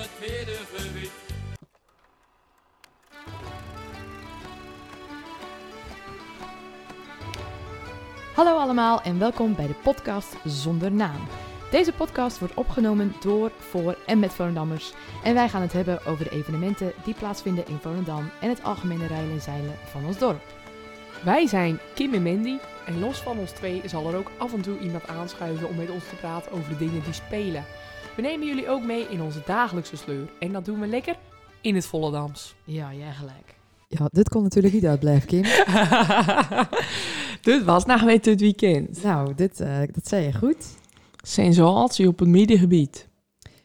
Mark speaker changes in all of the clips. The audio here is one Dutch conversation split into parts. Speaker 1: middengebied.
Speaker 2: Hallo allemaal en welkom bij de podcast Zonder Naam. Deze podcast wordt opgenomen door, voor en met Volendammers. En wij gaan het hebben over de evenementen die plaatsvinden in Volendam en het algemene rijden en zeilen van ons dorp.
Speaker 3: Wij zijn Kim en Mandy en los van ons twee zal er ook af en toe iemand aanschuiven om met ons te praten over de dingen die spelen. We nemen jullie ook mee in onze dagelijkse sleur en dat doen we lekker in het Volendams.
Speaker 2: Ja, jij gelijk.
Speaker 4: Ja, dit kon natuurlijk niet uitblijven, Kim.
Speaker 3: dit was nog met dit weekend.
Speaker 4: nou, dit, eh, dat zei je goed.
Speaker 3: Sensatie op het middengebied.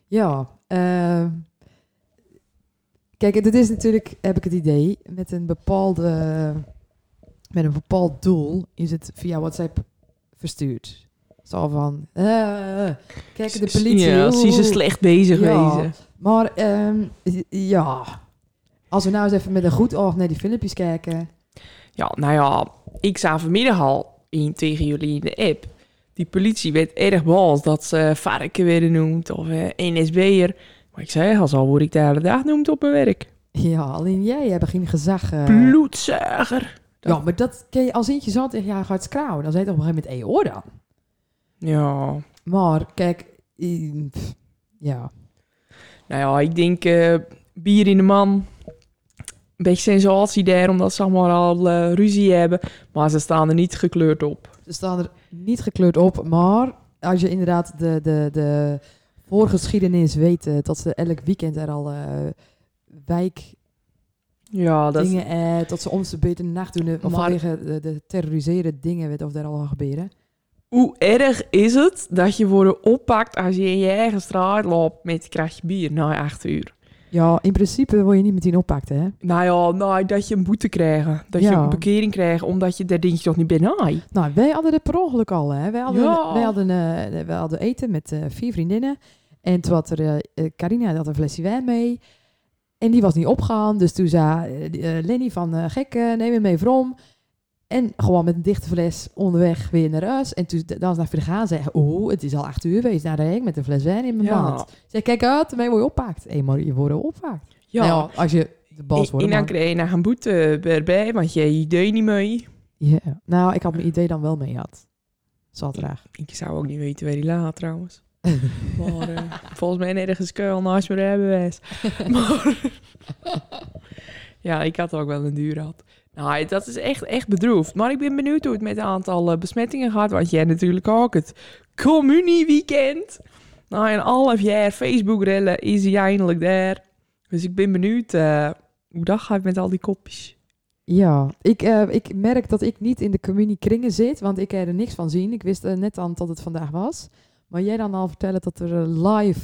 Speaker 4: Ja, eh, kijk, dit is natuurlijk, heb ik het idee, met een bepaalde, met een bepaald doel is het via WhatsApp verstuurd. Zo van, eh, kijk, de politie.
Speaker 3: Ja, ze is
Speaker 4: oeh,
Speaker 3: ze slecht bezig
Speaker 4: Ja.
Speaker 3: wezen.
Speaker 4: Maar ehm, ja, als we nou eens even met een goed oog naar die filmpjes kijken.
Speaker 3: Ja, nou ja, ik zei vanmiddag al in, tegen jullie in de app. Die politie werd erg boos dat ze varken werden noemd of eh, NSB'er. Maar ik zei al, zo word ik de hele dag noemd op mijn werk.
Speaker 4: Ja, alleen jij hebt geen gezag. eh.
Speaker 3: Bloedzuiger.
Speaker 4: ja, maar dat ken je als eentje zo tegen jou gaat krauwen. Dan zei het op een gegeven moment, eeuw dan.
Speaker 3: Ja,
Speaker 4: Maar kijk, i- pff, ja.
Speaker 3: nou ja, ik denk eh, bier in de man. Een beetje sensatie daar, omdat ze allemaal al eh, ruzie hebben. Maar ze staan er niet gekleurd op.
Speaker 4: Ze staan er niet gekleurd op, maar als je inderdaad de, de, de voorgeschiedenis weet, eh, dat ze elk weekend er al eh wijkdingen,
Speaker 3: Ja, dat
Speaker 4: eh, dat ze ons de beter nacht doen, eh,
Speaker 3: Maar-
Speaker 4: of vanwege de, de terroriserende dingen, weet of daar al aan gebeuren.
Speaker 3: Hoe erg is het dat je wordt oppakt als je in je eigen straat loopt met een kratje bier na acht uur?
Speaker 4: Ja, in principe word je niet meteen oppakt, hè?
Speaker 3: Nou ja, nou, dat je een boete krijgt. Dat je
Speaker 4: Ja.
Speaker 3: een bekering krijgt omdat je daar denk je toch niet bent. Hai.
Speaker 4: Nou, wij hadden dit per ongeluk al, hè? Wij hadden,
Speaker 3: Ja.
Speaker 4: wij hadden, eh, wij hadden eten met eh, vier vriendinnen. En toen had er, eh, eh, Carina die had een flesje wijn mee. En die was niet opgehaald. Dus toen zei eh, die, eh, Lenny van, eh, gek, eh, neem hem mee vrom. En gewoon met een dichte fles onderweg weer naar huis. En toen d- dan naar verder gaan zeggen, oh, het is al acht uur geweest. Nou, daar heen ik met een fles wijn in mijn
Speaker 3: Ja.
Speaker 4: hand. Zeg, kijk uit, daarmee word je oppakt. Hé, maar je wordt oppakt.
Speaker 3: Ja,
Speaker 4: Nou, als je de bal
Speaker 3: en,
Speaker 4: wordt.
Speaker 3: en dan
Speaker 4: man.
Speaker 3: krijg je nog een boete erbij, want je deed niet mee.
Speaker 4: Ja. Nou, ik had mijn idee dan wel mee had. Zat traag.
Speaker 3: Ik zou ook niet weten waar die laat trouwens. Maar eh, volgens mij nergens keul naast mijn rijbewijs. Maar ja, ik had ook wel een duur had. Nou, dat is echt, echt bedroefd. Maar ik ben benieuwd hoe het met het aantal eh, besmettingen gaat. Want jij natuurlijk ook het communieweekend. Na een half jaar Facebook-rellen is hij eindelijk daar. Dus ik ben benieuwd eh, hoe dat gaat met al die kopjes.
Speaker 4: Ja, ik, eh, ik merk dat ik niet in de communiekringen zit, want ik heb er niks van zien. Ik wist eh, net aan dat het vandaag was. Maar jij dan al vertellen dat er eh, live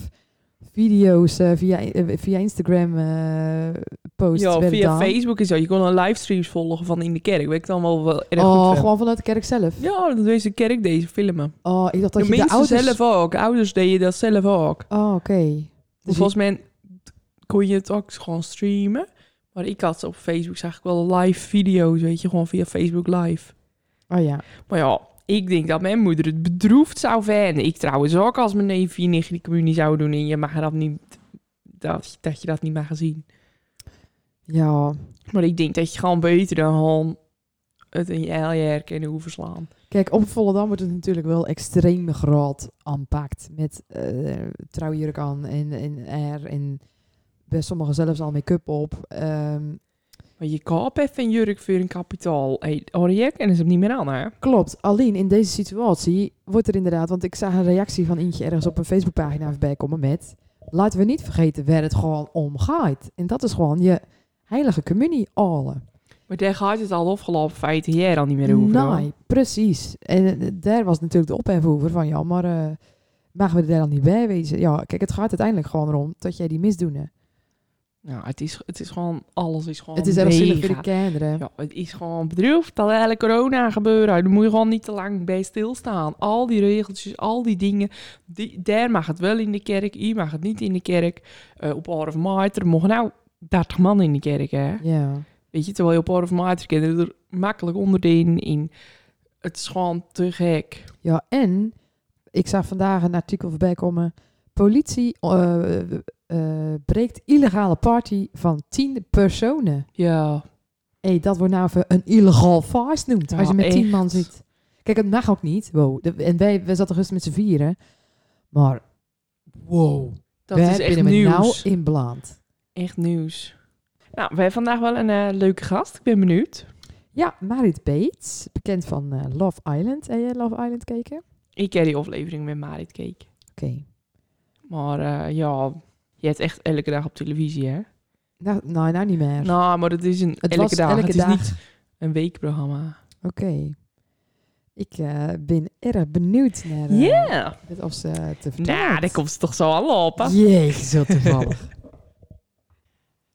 Speaker 4: video's eh, via, eh, via Instagram eh posts
Speaker 3: Ja,
Speaker 4: werden
Speaker 3: via
Speaker 4: gedaan.
Speaker 3: Facebook en zo. Je kon een livestreams volgen van in de kerk. Weet ik dan wel, wel erg goed
Speaker 4: Oh,
Speaker 3: van.
Speaker 4: gewoon vanuit de kerk zelf.
Speaker 3: Ja, dat deze kerk deze filmen.
Speaker 4: Oh, ik dacht dat
Speaker 3: de
Speaker 4: je de
Speaker 3: mensen
Speaker 4: ouders...
Speaker 3: zelf ook. Ouders deden dat zelf ook.
Speaker 4: Oh, oké. Dus
Speaker 3: Dus volgens mij kon je het ook gewoon streamen. Maar ik had op Facebook zag ik wel live video's, weet je, gewoon via Facebook live.
Speaker 4: je- Oh ja.
Speaker 3: Maar ja, ik denk dat mijn moeder het bedroefd zou vinden. Ik trouwens ook als mijn neef en nicht die communie zou doen en je mag dat niet, dat, dat je dat niet mag zien.
Speaker 4: Ja,
Speaker 3: Maar ik denk dat je gewoon beter dan gewoon het in je jaar kunnen hoeven slaan.
Speaker 4: Kijk, op Volendam wordt het natuurlijk wel extreem groot aanpakt. Met eh trouwjurk aan en, en er en bij sommigen zelfs al make-up op. Ehm,
Speaker 3: Maar je koopt even een jurk voor een kapitaal. Hey, hoor je? En is het niet meer aan, hè?
Speaker 4: klopt, alleen in deze situatie wordt er inderdaad... Want ik zag een reactie van eentje ergens op een Facebookpagina voorbij komen met... Laten we niet vergeten waar het gewoon om gaat. En dat is gewoon je heilige communie halen.
Speaker 3: Maar daar gaat het al opgelopen feiten jij al niet meer over. hoor.
Speaker 4: Nee, precies. En eh, daar was natuurlijk de ophef over van ja, maar eh mogen we er dan niet bij wezen? Ja, kijk, het gaat uiteindelijk gewoon erom dat jij die misdoen.
Speaker 3: Ja, het is, het is gewoon, alles is gewoon
Speaker 4: Het is erg zielig voor
Speaker 3: mega.
Speaker 4: de kinderen.
Speaker 3: Ja, het is gewoon bedroefd dat hele corona gebeuren. Daar moet je gewoon niet te lang bij stilstaan. Al die regeltjes, al die dingen. Die, daar mag het wel in de kerk, hier mag het niet in de kerk. Eh, op Orde of Maart, er mogen nou 30 man in de kerk, hè.
Speaker 4: Ja.
Speaker 3: Weet je, terwijl je op Orde of Maart kinderen er makkelijk onderin in. Het is gewoon te gek.
Speaker 4: ja, en ik zag vandaag een artikel voorbij komen. Politie eh, eh, breekt illegale party van tien personen.
Speaker 3: Ja.
Speaker 4: hey, dat wordt nou even een illegaal feest noemd.
Speaker 3: Ja,
Speaker 4: als je met tien
Speaker 3: echt.
Speaker 4: man zit. Kijk, het mag ook niet. Wow. De- en wij, wij zaten rustig met z'n vieren. Maar wow.
Speaker 3: Dat
Speaker 4: wij
Speaker 3: is echt
Speaker 4: binnen met nou
Speaker 3: nieuws.
Speaker 4: in Blaand.
Speaker 3: Echt nieuws. Nou, we hebben vandaag wel een eh, leuke gast. Ik ben benieuwd.
Speaker 4: Ja, Marit Bates. Bekend van eh, Love Island. Heb jij Love Island gekeken? Oké.
Speaker 3: Ik ken die aflevering met Marit Cake. Maar eh, ja, je hebt echt elke dag op televisie, hè?
Speaker 4: Nou, nou, nou niet meer.
Speaker 3: Nou, maar het is een
Speaker 4: het
Speaker 3: elke
Speaker 4: was
Speaker 3: dag.
Speaker 4: elke
Speaker 3: het is
Speaker 4: dag.
Speaker 3: niet een weekprogramma.
Speaker 4: Oké. Ik eh, ben erg benieuwd naar
Speaker 3: Ja.
Speaker 4: eh, dit of ze te vertellen.
Speaker 3: Nou, daar komt ze toch zo aan lopen.
Speaker 4: Jeetje, zo toevallig.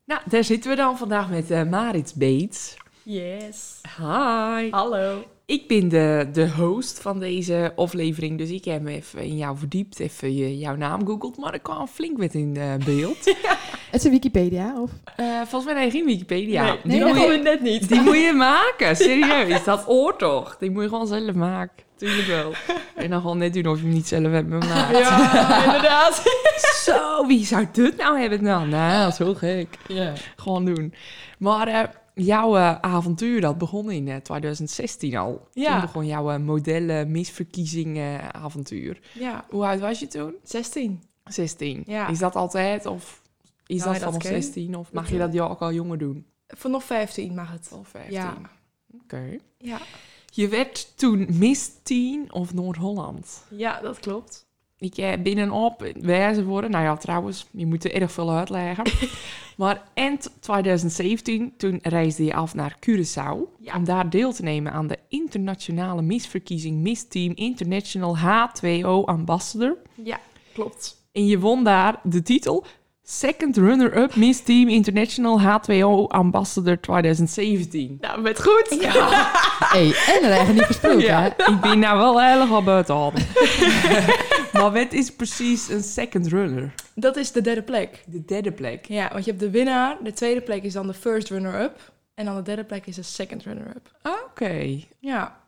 Speaker 3: Nou, daar zitten we dan vandaag met eh, Marit Beets.
Speaker 1: Yes.
Speaker 3: Hi.
Speaker 1: Hallo.
Speaker 3: Ik ben de, de host van deze aflevering, dus ik heb me even in jou verdiept, even je, jouw naam googeld, maar ik kwam flink met in eh, beeld.
Speaker 4: Het is een Wikipedia, of?
Speaker 3: Eh, volgens mij heb je geen Wikipedia.
Speaker 1: nee,
Speaker 3: die,
Speaker 1: dat
Speaker 3: moet
Speaker 1: doen we
Speaker 3: je,
Speaker 1: net niet.
Speaker 3: die moet je maken, serieus. Dat oor toch? Die moet je gewoon zelf maken. Tuurlijk wel. En dan gewoon net doen of je hem niet zelf hebt gemaakt.
Speaker 1: Ja, Oh, inderdaad.
Speaker 3: Zo, wie zou dit nou hebben? Nou, nou, zo gek. Gewoon doen. Maar eh, jouw eh, avontuur, dat begon in eh, 2016 al.
Speaker 1: Ja.
Speaker 3: Toen begon jouw eh, modellen misverkiezing eh, avontuur.
Speaker 1: Ja,
Speaker 3: Hoe oud was je toen?
Speaker 1: 16.
Speaker 3: 16.
Speaker 1: Ja.
Speaker 3: Is dat altijd of is
Speaker 1: Nou,
Speaker 3: dat
Speaker 1: dat
Speaker 3: vanaf
Speaker 1: ken ik.
Speaker 3: 16? Of mag
Speaker 1: Dat,
Speaker 3: je
Speaker 1: eh,
Speaker 3: dat jou ook al jonger doen?
Speaker 1: Vanaf 15 mag het.
Speaker 3: Of 15?
Speaker 1: Ja.
Speaker 3: Oké.
Speaker 1: Ja,
Speaker 3: Je werd toen Miss Teen of Noord-Holland.
Speaker 1: ja dat klopt.
Speaker 3: Ik eh, binnenop wijzen worden. Nou ja, trouwens, je moet er erg veel uitleggen. maar eind 2017, toen reisde je af naar Curaçao.
Speaker 1: Ja.
Speaker 3: Om daar deel te nemen aan de internationale misverkiezing Miss Team International H2O Ambassador.
Speaker 1: Ja, klopt.
Speaker 3: En je won daar de titel Second Runner-Up Miss Team International H2O Ambassador 2017.
Speaker 1: Nou, met goed.
Speaker 4: Hey, en er eigenlijk niet gesproken, hè?
Speaker 3: Ik ben nou wel erg al buiten handen. maar wat is precies een second runner?
Speaker 1: Dat is de derde plek.
Speaker 3: De derde plek.
Speaker 1: Ja, want je hebt de winnaar. De tweede plek is dan de first runner-up. En dan de derde plek is de second runner-up.
Speaker 3: Ah, Oké.
Speaker 1: Ja.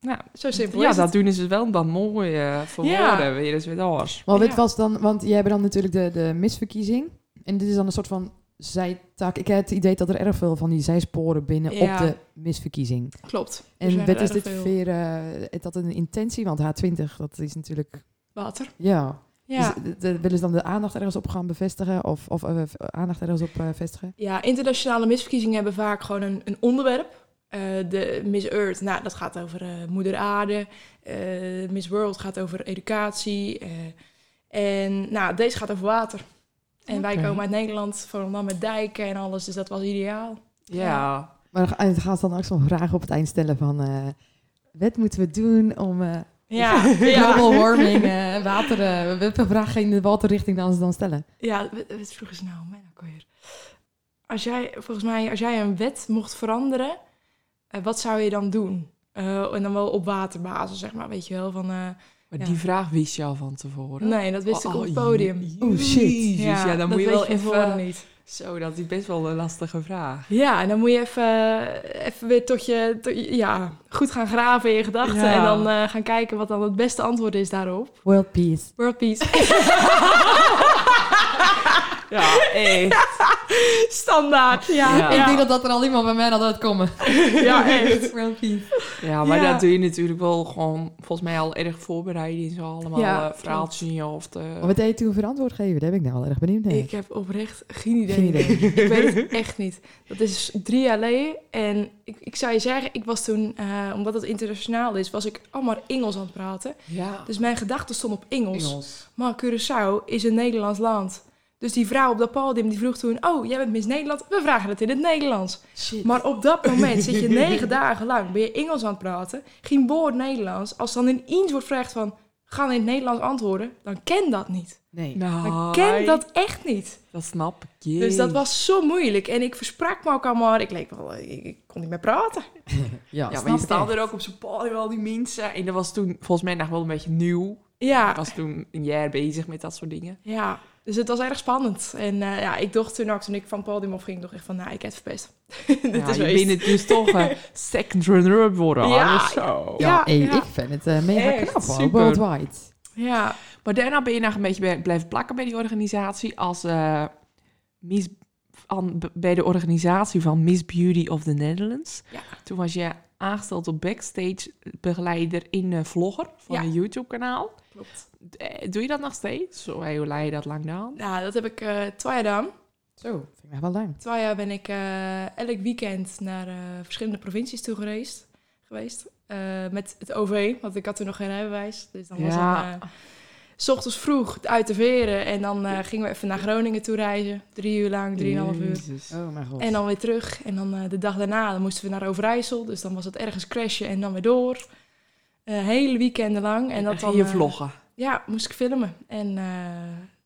Speaker 3: Nou,
Speaker 1: Zo simpel
Speaker 3: Ja,
Speaker 1: is
Speaker 3: dat
Speaker 1: het.
Speaker 3: doen ze wel dan mooi eh voor
Speaker 1: Ja.
Speaker 3: woorden. Weer eens weer anders.
Speaker 4: Maar dit
Speaker 1: Ja.
Speaker 4: was dan, want jij hebt dan natuurlijk de, de misverkiezing. En dit is dan een soort van zijtak. Ik heb het idee dat er erg veel van die zijsporen binnen
Speaker 1: Ja.
Speaker 4: op de misverkiezing.
Speaker 1: Klopt. Er zijn
Speaker 4: En
Speaker 1: er
Speaker 4: wat is
Speaker 1: erg
Speaker 4: dit
Speaker 1: veel.
Speaker 4: weer, eh, is dat een intentie? Want H20, dat is natuurlijk,
Speaker 1: Water.
Speaker 4: ja.
Speaker 1: Ja.
Speaker 4: Dus, de- de- willen ze dan de aandacht ergens op gaan bevestigen? Of, of eh, v- aandacht ergens op eh, vestigen?
Speaker 1: Ja, internationale misverkiezingen hebben vaak gewoon een, een onderwerp. Eh, de Miss Earth, nou, dat gaat over eh, moeder aarde. Eh, Miss World gaat over educatie. eh, en nou, deze gaat over water. En wij
Speaker 3: Oké.
Speaker 1: komen uit Nederland, dan met dijken en alles. Dus dat was ideaal.
Speaker 3: Ja.
Speaker 1: Ja.
Speaker 4: Maar dan ga- en gaan ze dan ook zo'n vraag op het eind stellen van... eh, wat moeten we doen om eh
Speaker 1: Ja, ja.
Speaker 4: global warming, eh, water... eh, we we vragen in de waterrichting dan ze dan stellen.
Speaker 1: ja wat wat vroegen ze nou? Mijn ook alweer. Als jij, volgens mij, als jij een wet mocht veranderen, eh, wat zou je dan doen? Eh, en dan wel op waterbasis, zeg maar, weet je wel. Van, eh,
Speaker 3: Maar
Speaker 1: Ja.
Speaker 3: die vraag wist je al van tevoren.
Speaker 1: nee, dat wist ik
Speaker 3: Oh,
Speaker 1: op het podium.
Speaker 4: Oh, shit.
Speaker 3: Jezus, ja, dan
Speaker 1: dat
Speaker 3: moet je
Speaker 1: weet
Speaker 3: wel
Speaker 1: van tevoren
Speaker 3: even...
Speaker 1: niet.
Speaker 3: Zo, dat is best wel een lastige vraag.
Speaker 1: Ja, en dan moet je even, even weer tot je, tot je- ja, goed gaan graven in je gedachten.
Speaker 3: Ja.
Speaker 1: En dan eh, gaan kijken wat dan het beste antwoord is daarop.
Speaker 4: World peace.
Speaker 1: World peace.
Speaker 3: Ja, echt.
Speaker 1: Standaard. Ja,
Speaker 3: Ja.
Speaker 1: ja.
Speaker 4: Ik denk dat, dat er al iemand bij mij had uitkomen.
Speaker 1: Ja, echt.
Speaker 3: Ja, maar
Speaker 1: Ja.
Speaker 3: dat doe je natuurlijk wel gewoon volgens mij al erg voorbereiden in zo allemaal
Speaker 1: Ja,
Speaker 3: eh, verhaaltjes in je hoofd. eh.
Speaker 4: Wat deed je toen verantwoord geven? Daar ben ik nou al erg benieuwd naar.
Speaker 1: Ik heb oprecht geen idee.
Speaker 4: Geen idee.
Speaker 1: ik weet het echt niet. Dat is drie jaar geleden. En ik, ik zou je zeggen, ik was toen, eh, omdat het internationaal is, was ik allemaal Engels aan het praten.
Speaker 3: ja,
Speaker 1: Dus mijn gedachten stonden op
Speaker 3: Engels.
Speaker 1: Maar Curaçao is een Nederlands land. Dus die vrouw op dat podium die vroeg toen... Oh, jij bent Miss Nederland? We vragen het in het Nederlands. Maar op dat moment zit je negen dagen lang... ben je Engels aan het praten, geen woord Nederlands. Als dan ineens wordt gevraagd van... ga in het Nederlands antwoorden, dan ken dat niet.
Speaker 4: Nee.
Speaker 1: Dan
Speaker 3: Nou,
Speaker 1: ken dat echt niet.
Speaker 3: Dat snap ik. Jezus.
Speaker 1: Dus dat was zo moeilijk. En ik versprak me ook allemaal. Ik leek wel... Ik, ik kon niet meer praten.
Speaker 4: Ja,
Speaker 3: Ja,
Speaker 4: snap
Speaker 3: maar je
Speaker 4: ik
Speaker 3: staat
Speaker 4: echt.
Speaker 3: er ook op z'n podium, al die mensen. En dat was toen volgens mij nog wel een beetje nieuw. Ik
Speaker 1: Ja,
Speaker 3: was toen een jaar bezig met dat soort dingen.
Speaker 1: ja. Dus het was erg spannend. En eh, ja, ik dacht toen ook, toen ik van het podium afging, dacht ik van, nou, ik heb het verpest. Dit
Speaker 3: ja,
Speaker 1: is
Speaker 3: je
Speaker 1: wees.
Speaker 3: bent het dus toch eh, second runner-up worden.
Speaker 1: Ja,
Speaker 3: Ja, zo.
Speaker 4: Ja,
Speaker 1: Ja,
Speaker 4: hey,
Speaker 1: ja.
Speaker 4: ik vind het eh, mega
Speaker 3: Echt,
Speaker 4: knap hoor.
Speaker 3: super.
Speaker 4: Worldwide.
Speaker 1: Ja.
Speaker 3: Maar daarna ben je nog een beetje bij- blijven plakken bij die organisatie als eh, Miss aan- b- bij de organisatie van Miss Beauty of the Netherlands.
Speaker 1: Ja.
Speaker 3: Toen was je aangesteld op backstage begeleider in eh, Vlogger van
Speaker 1: Ja.
Speaker 3: een YouTube kanaal.
Speaker 1: Klopt.
Speaker 3: Doe je dat nog steeds? Zo, hey, hoe leid je dat lang dan?
Speaker 1: Nou, dat heb ik eh twee jaar gedaan.
Speaker 4: Zo, vind ik echt wel lang.
Speaker 1: Twee jaar ben ik eh, elk weekend naar eh, verschillende provincies toe gereisd, geweest. Eh, met het OV, want ik had toen nog geen rijbewijs. Dus dan was
Speaker 3: Ja.
Speaker 1: het... eh, s ochtends vroeg uit de veren en dan eh, gingen we even naar Groningen toe reizen. Drie uur lang, drieënhalf uur.
Speaker 3: Jezus.
Speaker 4: Oh mijn god.
Speaker 1: En dan weer terug. En dan eh, de dag daarna dan moesten we naar Overijssel. Dus dan was het ergens crashen en dan weer door. Eh, hele weekenden lang. En dat dan,
Speaker 3: je
Speaker 1: eh,
Speaker 3: vloggen.
Speaker 1: ja, moest ik filmen. En eh,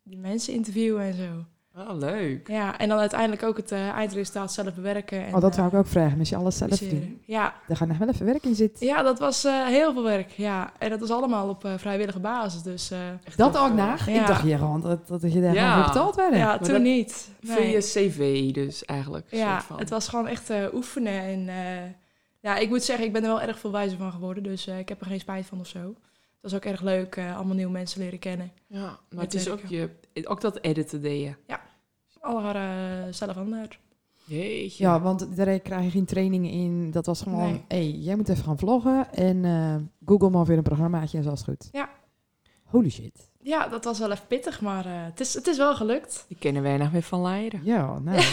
Speaker 1: die mensen interviewen en zo.
Speaker 3: Oh, leuk.
Speaker 1: Ja, en dan uiteindelijk ook het eh, eindresultaat zelf bewerken. En,
Speaker 4: oh, dat
Speaker 1: eh,
Speaker 4: wou ik ook vragen. Als je alles zelf doet.
Speaker 1: publiceren. Ja,
Speaker 4: Daar gaat nog wel even werk in zitten.
Speaker 1: ja, dat was eh, heel veel werk. Ja. En dat was allemaal op eh, vrijwillige basis. Dus eh,
Speaker 4: Dat ook naar.
Speaker 1: Ja.
Speaker 4: Ik dacht hier gewoon dat, dat je daar
Speaker 3: Ja.
Speaker 4: gewoon voor betaald werd.
Speaker 1: ja,
Speaker 3: maar
Speaker 1: toen
Speaker 3: dat-
Speaker 1: niet. Nee.
Speaker 3: Via cv dus eigenlijk. een
Speaker 1: Ja,
Speaker 3: soort van.
Speaker 1: het was gewoon echt eh, oefenen. En eh, ja, ik moet zeggen, ik ben er wel erg veel wijzer van geworden. Dus eh, ik heb er geen spijt van of zo. Het was ook erg leuk, eh, allemaal nieuwe mensen leren kennen.
Speaker 3: Ja, maar
Speaker 1: Met
Speaker 3: het is ook,
Speaker 1: werken.
Speaker 3: je, ook dat editen deed je.
Speaker 1: Alle haar zelf aan daar.
Speaker 3: Jeetje.
Speaker 4: Ja, want daar krijg je geen training in. Dat was gewoon,
Speaker 1: Nee.
Speaker 4: hey, jij moet even gaan vloggen. En eh, Google maar weer een programmaatje en zo is het goed.
Speaker 1: Ja.
Speaker 4: Holy shit.
Speaker 1: Ja, dat was wel even pittig, maar eh, het, is, het is wel gelukt.
Speaker 3: Die kennen wij nog weer van Leiden.
Speaker 4: Ja, nou.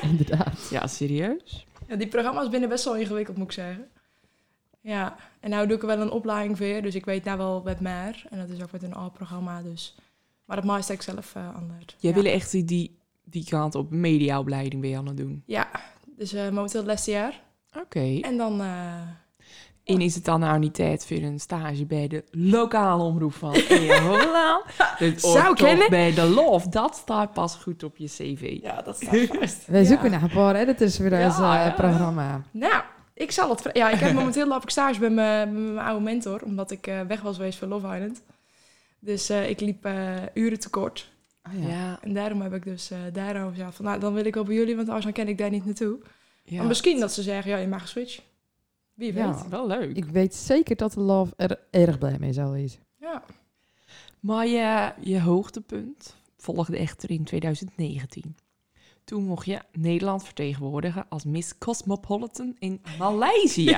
Speaker 4: Inderdaad.
Speaker 3: Ja, serieus?
Speaker 1: Ja, die programma's binnen best wel ingewikkeld, moet ik zeggen. Ja, en nou doe ik er wel een opleiding voor. Dus ik weet nou wel wat meer. En dat is ook met een A-programma, dus... Maar dat maakte ik zelf eh anders.
Speaker 3: Jij
Speaker 1: ja.
Speaker 3: wilde echt die, die, die kant op mediaopleiding weer aan het doen.
Speaker 1: Ja, dus eh, momenteel het laatste jaar.
Speaker 3: Oké.
Speaker 1: En dan... eh,
Speaker 3: En is het dan nou niet tijd voor een stage bij de lokale omroep van Ea Holland? Dat
Speaker 1: Zou
Speaker 3: hoort toch
Speaker 1: kennen.
Speaker 3: bij de lof. Dat staat pas goed op je cv.
Speaker 1: ja, dat staat vast.
Speaker 4: Wij
Speaker 1: Ja.
Speaker 4: zoeken naar een paar editors voor
Speaker 3: Ja,
Speaker 4: ons eh,
Speaker 3: ja.
Speaker 4: programma.
Speaker 1: Nou, ik zal het... vra- Ja, ik heb momenteel loop ik stage bij mijn, bij mijn oude mentor. Omdat ik eh, weg was geweest van Love Island. Dus eh, ik liep eh, uren tekort.
Speaker 4: Oh ja.
Speaker 3: ja.
Speaker 1: En daarom heb ik dus eh, daarover gezegd van... Nou, dan wil ik wel bij jullie, want anders dan ken ik daar niet naartoe.
Speaker 3: ja.
Speaker 1: Maar misschien dat ze zeggen, ja, je mag switchen. Wie weet.
Speaker 4: Ja.
Speaker 1: Ja.
Speaker 3: Wel leuk.
Speaker 4: Ik weet zeker dat de love er erg blij mee zal zijn.
Speaker 3: Maar je, je hoogtepunt volgde echter in 2019. Toen mocht je Nederland vertegenwoordigen als Miss Cosmopolitan in Maleisië.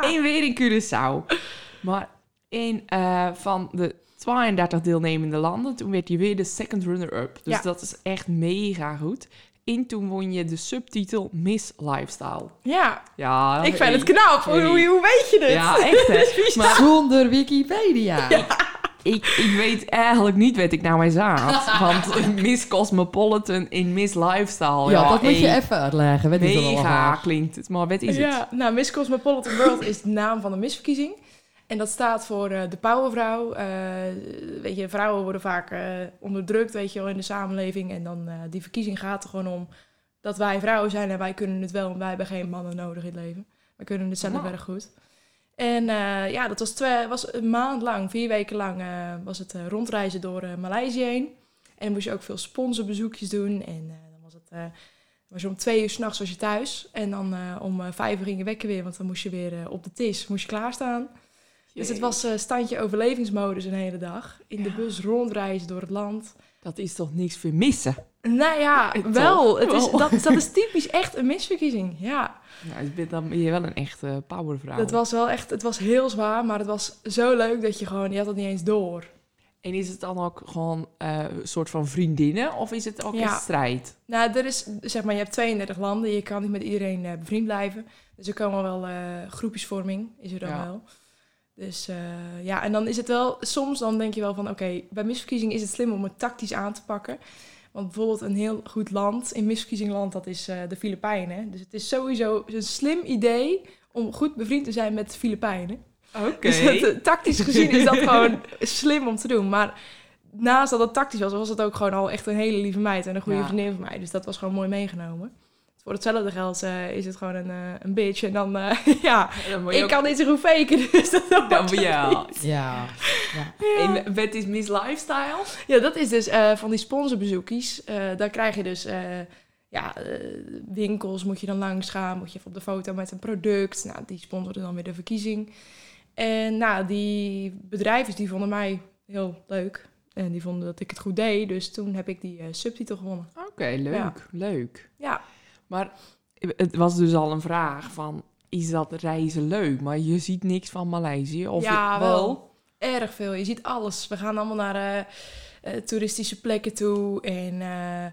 Speaker 3: En weer in Curaçao. Maar in, eh, van de 32 deelnemende landen, toen werd je weer de second runner-up. Dus
Speaker 1: Ja.
Speaker 3: dat is echt mega goed. En toen won je de subtitel Miss Lifestyle.
Speaker 1: Ja,
Speaker 3: Ja,
Speaker 1: ik vind het knap. Hoe,
Speaker 3: Hey.
Speaker 1: hoe, hoe weet je dit?
Speaker 3: Ja, echt hè. Maar
Speaker 4: Zonder Wikipedia.
Speaker 3: Ik, ik weet eigenlijk niet wat ik nou eens zat. Want Miss Cosmopolitan in Miss Lifestyle.
Speaker 4: Oh Ja, dat moet je
Speaker 3: hey,
Speaker 4: even uitleggen. Weet je wel
Speaker 3: Mega klinkt het, maar wat is het?
Speaker 1: Ja, nou, Miss Cosmopolitan World is de naam van de misverkiezing. En dat staat voor eh, de powervrouw. Eh, weet je, vrouwen worden vaak eh, onderdrukt, weet je wel, in de samenleving. En dan eh, die verkiezing gaat er gewoon om dat wij vrouwen zijn en wij kunnen het wel. En wij hebben geen mannen nodig in het leven. Wij kunnen het zelf
Speaker 3: Nou.
Speaker 1: erg goed. En eh, ja, dat was, twee, was een maand lang, vier weken lang, eh, was het eh, rondreizen door eh, Maleisië heen. En moest je ook veel sponsorbezoekjes doen. En eh, dan was het... eh, maar zo om twee uur s'nachts was je thuis. En dan eh, om eh, vijf uur ging je wekken weer. Want dan moest je weer eh, op de tis moest je klaarstaan. Dus het was eh, standje overlevingsmodus een hele dag. In de
Speaker 3: Ja.
Speaker 1: bus rondreizen door het land.
Speaker 3: Dat is toch niks voor missen?
Speaker 1: Nou ja,
Speaker 3: Eh, toch?
Speaker 1: wel. Het is,
Speaker 3: Wel.
Speaker 1: dat, dat is typisch echt een misverkiezing. Ja,
Speaker 3: Nou, ik ben- dan ben je wel een echte powervrouw.
Speaker 1: dat was wel echt... Het was heel zwaar, maar het was zo leuk dat je gewoon... Je had het niet eens door.
Speaker 3: En is het dan ook gewoon eh, een soort van vriendinnen? Of is het ook
Speaker 1: Ja.
Speaker 3: een strijd?
Speaker 1: Nou, er is, zeg maar, je hebt 32 landen. Je kan niet met iedereen eh, bevriend blijven. Dus er komen wel eh, groepjesvorming, is er dan
Speaker 3: Ja.
Speaker 1: wel. Dus eh, ja, en dan is het wel... Soms dan denk je wel van, oké, bij misverkiezing is het slim om het tactisch aan te pakken. Want bijvoorbeeld een heel goed land in misverkiezingland, dat is eh, de Filipijnen. Dus het is sowieso een slim idee om goed bevriend te zijn met de Filipijnen.
Speaker 3: Oké.
Speaker 1: Dus dat, eh, tactisch gezien is dat gewoon slim om te doen. Maar naast dat het tactisch was, was het ook gewoon al echt een hele lieve meid en een goede
Speaker 3: Ja.
Speaker 1: vriendin van mij. Dus dat was gewoon mooi meegenomen. Voor hetzelfde geld eh, is het gewoon een, eh, een bitch. En dan, eh, ja,
Speaker 3: Dan moet je
Speaker 1: ik
Speaker 3: ook-
Speaker 1: kan niet zo goed faken. Dus dat
Speaker 3: Dan
Speaker 1: wordt
Speaker 3: ben je-
Speaker 1: het
Speaker 3: ja.
Speaker 1: niet.
Speaker 4: Ja.
Speaker 3: En wat is Miss Lifestyle?
Speaker 1: Ja, dat is dus eh, van die sponsorbezoekjes. eh daar krijg je dus eh, ja, eh, winkels, moet je dan langs gaan. Moet je even op de foto met een product. Nou, die sponsoren dan weer de verkiezing. En nou, die bedrijven die vonden mij heel leuk. En die vonden dat ik het goed deed. Dus toen heb ik die eh, subtitel gewonnen.
Speaker 3: Oké, leuk, leuk.
Speaker 1: Ja.
Speaker 3: Maar het was dus al een vraag van, is dat reizen leuk? Maar je ziet niks van Maleisië? Of
Speaker 1: ja,
Speaker 3: je-
Speaker 1: wel. Erg veel. Je ziet alles. We gaan allemaal naar eh, eh, toeristische plekken toe. En eh,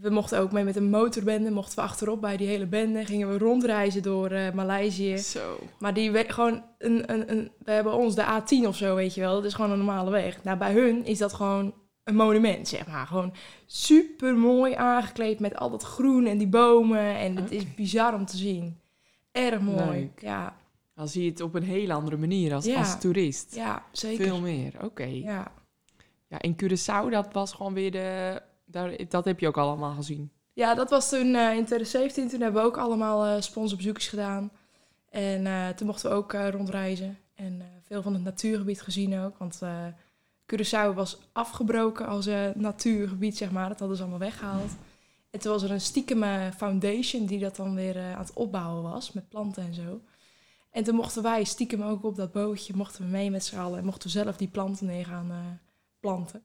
Speaker 1: we mochten ook mee met een motorbende. Mochten we achterop bij die hele bende. Gingen we rondreizen door eh, Maleisië.
Speaker 3: Zo.
Speaker 1: Maar die we, gewoon een, een, een, we hebben ons de A10 of zo, weet je wel. Dat is gewoon een normale weg. Nou, bij hun is dat gewoon een monument, zeg maar. Gewoon super mooi aangekleed met al dat groen en die bomen. En het is bizar om te zien. Erg mooi.
Speaker 3: Leuk.
Speaker 1: Ja,
Speaker 3: Dan zie je het op een heel andere manier als,
Speaker 1: Ja.
Speaker 3: als toerist.
Speaker 1: ja, zeker.
Speaker 3: Veel meer, oké. Ja.
Speaker 1: Ja.
Speaker 3: en Curaçao, dat was gewoon weer de... Daar, dat heb je ook allemaal gezien.
Speaker 1: ja, dat was toen eh, in 2017. Toen hebben we ook allemaal eh sponsorbezoekjes gedaan. En eh, toen mochten we ook eh, rondreizen. En eh, veel van het natuurgebied gezien ook. Want eh Curaçao was afgebroken als eh, natuurgebied, zeg maar. Dat hadden ze allemaal weggehaald. En toen was er een stiekeme foundation die dat dan weer eh, aan het opbouwen was. Met planten en zo. En toen mochten wij stiekem ook op dat bootje. Mochten we mee met z'n allen. En mochten we zelf die planten neer gaan eh, planten.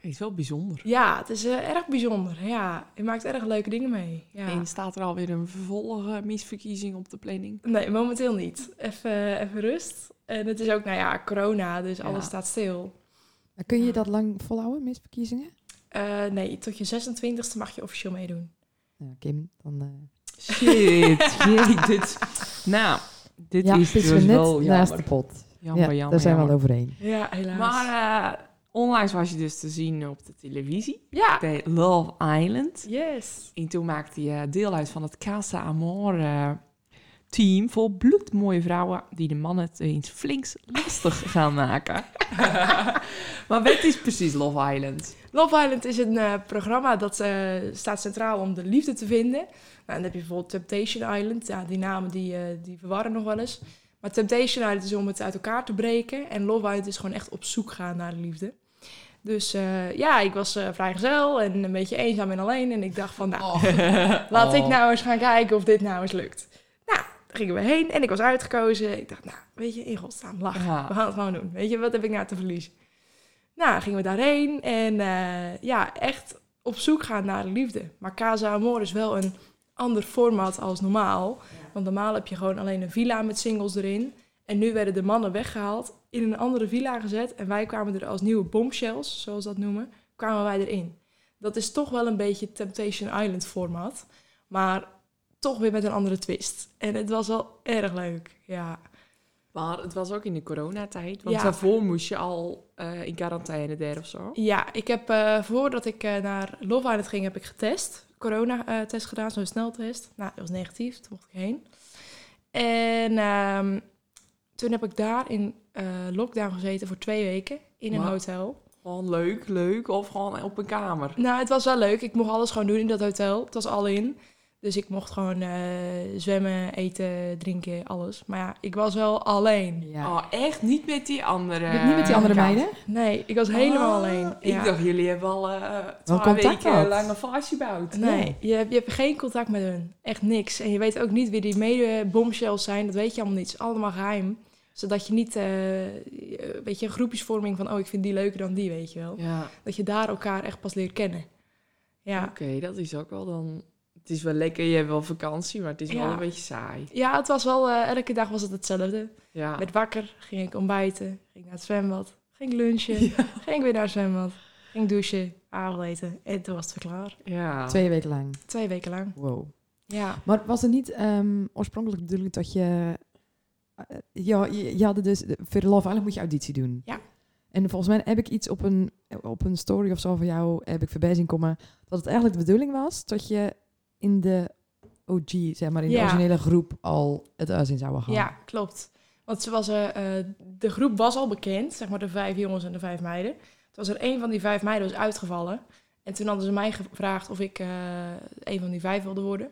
Speaker 3: Is wel bijzonder.
Speaker 1: Ja, het is eh, erg bijzonder. Ja, je maakt erg leuke dingen mee. Ja.
Speaker 3: En staat er alweer een vervolg misverkiezing op de planning?
Speaker 1: Nee, momenteel niet. Even, even rust. En het is ook, nou ja, corona, dus
Speaker 3: Ja.
Speaker 1: alles staat stil.
Speaker 4: Kun je dat lang volhouden, misverkiezingen?
Speaker 1: Eh, nee, tot je 26e mag je officieel meedoen.
Speaker 4: Nou, Kim, dan... eh,
Speaker 3: Shit, jeet, dit... Nou, dit
Speaker 4: ja,
Speaker 3: is
Speaker 4: het
Speaker 3: dus
Speaker 4: weer net
Speaker 3: wel
Speaker 4: naast
Speaker 3: jammer.
Speaker 4: de pot.
Speaker 3: Jammer,
Speaker 4: ja,
Speaker 3: jammer,
Speaker 4: daar zijn we
Speaker 3: jammer.
Speaker 4: al overheen.
Speaker 1: Ja, helaas.
Speaker 3: Maar eh, onlangs was je dus te zien op de televisie.
Speaker 1: ja,
Speaker 3: Bij Love Island.
Speaker 1: yes.
Speaker 3: En toen maakte je deel uit van het Casa Amor eh, team vol bloedmooie vrouwen die de mannen het eens flinks lastig gaan maken. maar wat is precies Love Island?
Speaker 1: Love Island is een eh, programma dat eh, staat centraal om de liefde te vinden. Nou, dan heb je bijvoorbeeld Temptation Island. Ja, die namen die, eh, die verwarren nog wel eens. Maar Temptation Island is om het uit elkaar te breken. En Love Island is gewoon echt op zoek gaan naar de liefde. Dus eh, ja, ik was eh, vrijgezel en een beetje eenzaam en alleen. En ik dacht van, nou,
Speaker 3: Oh.
Speaker 1: laat ik nou eens gaan kijken of dit nou eens lukt. Nou, daar gingen we heen en ik was uitgekozen. Ik dacht, nou, weet je, in godsnaam, lachen.
Speaker 3: Ja.
Speaker 1: We gaan het gewoon doen. Weet je, wat heb ik nou te verliezen? Nou, gingen we daarheen en eh, ja, echt op zoek gaan naar de liefde. Maar Casa Amor is wel een ander format als normaal. Want normaal heb je gewoon alleen een villa met singles erin. En nu werden de mannen weggehaald, in een andere villa gezet. En wij kwamen er als nieuwe bombshells, zoals ze dat noemen, kwamen wij erin. Dat is toch wel een beetje Temptation Island format. Maar toch weer met een andere twist. En het was wel erg leuk, ja.
Speaker 3: Maar het was ook in de coronatijd, want
Speaker 1: Ja.
Speaker 3: daarvoor moest je al eh, in quarantaine daar of zo.
Speaker 1: Ja, ik heb eh, voordat ik eh, naar Love Island ging, heb ik getest. Corona-test gedaan, zo'n sneltest. Nou, dat was negatief, toen mocht ik heen. En ehm, toen heb ik daar in eh, lockdown gezeten voor twee weken in een
Speaker 3: Wauw.
Speaker 1: hotel.
Speaker 3: Gewoon leuk, leuk of gewoon op een kamer.
Speaker 1: Nou, het was wel leuk. Ik mocht alles gewoon doen in dat hotel. Het was al in. Dus ik mocht gewoon eh, zwemmen, eten, drinken, alles. Maar ja, ik was wel alleen.
Speaker 4: Ja.
Speaker 3: Oh, eh, echt niet met die andere.
Speaker 4: Niet- niet met die andere
Speaker 3: kamer.
Speaker 4: meiden?
Speaker 1: Nee, ik was helemaal
Speaker 3: Ah,
Speaker 1: alleen. Ja.
Speaker 3: Ik dacht, jullie hebben al
Speaker 4: Wel
Speaker 3: eh twee
Speaker 4: contact
Speaker 3: weken
Speaker 4: gehad.
Speaker 3: lang een vaasje gebouwd.
Speaker 1: Nee, je, hebt, je hebt geen contact met hun. Echt niks. En je weet ook niet wie die mede-bombshells zijn. Dat weet je allemaal niet. Het is allemaal geheim. Zodat je niet, eh, weet je, een groepjesvorming van... oh, ik vind die leuker dan die, weet je wel.
Speaker 3: Ja,
Speaker 1: Dat je daar elkaar echt pas leert kennen. Ja.
Speaker 3: oké, dat is ook wel dan... Het is wel lekker, je hebt wel vakantie, maar het is wel
Speaker 1: Ja.
Speaker 3: een beetje saai.
Speaker 1: ja, het was wel... eh, elke dag was het hetzelfde.
Speaker 3: Ja,
Speaker 1: Werd wakker, ging ik ontbijten, ging naar het zwembad, ging lunchen, ging weer naar het zwembad, ging douchen, avondeten en toen was het weer klaar.
Speaker 3: ja.
Speaker 4: Twee weken lang.
Speaker 1: Twee weken lang.
Speaker 4: Wow.
Speaker 1: Ja.
Speaker 4: Maar was het niet ehm, oorspronkelijk de bedoeling dat je... eh, ja, je, je had dus... Voor Love Island moet je auditie doen.
Speaker 1: Ja.
Speaker 4: En volgens mij heb ik iets op een, op een story of zo van jou... heb ik voorbij zien komen dat het eigenlijk de bedoeling was... dat je in de OG, zeg maar, in de
Speaker 1: Ja.
Speaker 4: originele groep al het huis in zou gaan.
Speaker 1: Ja, klopt. Want ze was, eh, eh, de groep was al bekend, zeg maar de vijf jongens en de vijf meiden. Toen was er één van die vijf meiden was uitgevallen. En toen hadden ze mij gevraagd of ik eh een van die vijf wilde worden.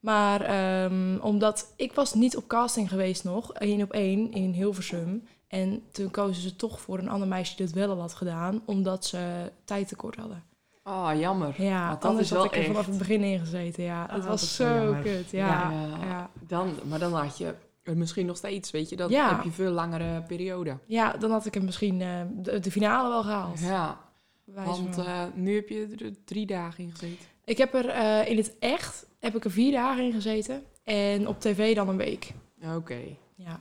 Speaker 1: Maar ehm, omdat ik was niet op casting geweest nog, één op één in Hilversum. En toen kozen ze toch voor een ander meisje die het wel al had gedaan, omdat ze tijd tekort hadden.
Speaker 3: Oh, jammer.
Speaker 1: Ja,
Speaker 3: Want dat
Speaker 1: anders
Speaker 3: is wel
Speaker 1: had ik er vanaf
Speaker 3: echt.
Speaker 1: het begin ingezeten. Ja,
Speaker 4: Ah,
Speaker 1: dat
Speaker 4: dat
Speaker 1: was
Speaker 4: is wel
Speaker 1: zo
Speaker 4: jammer.
Speaker 1: kut.
Speaker 3: Ja.
Speaker 1: ja. ja.
Speaker 3: Dan, maar dan had je Eh, Misschien nog steeds, weet je. Dat
Speaker 1: Ja.
Speaker 3: heb je veel langere periode.
Speaker 1: Ja, dan had ik hem misschien eh, de, de finale wel gehaald.
Speaker 3: Ja,
Speaker 1: bij wijze van.
Speaker 3: want eh, nu heb je er drie dagen in gezeten.
Speaker 1: Ik heb er eh, in het echt heb ik er vier dagen in gezeten. En op tv dan een week.
Speaker 3: Oké.
Speaker 1: Ja.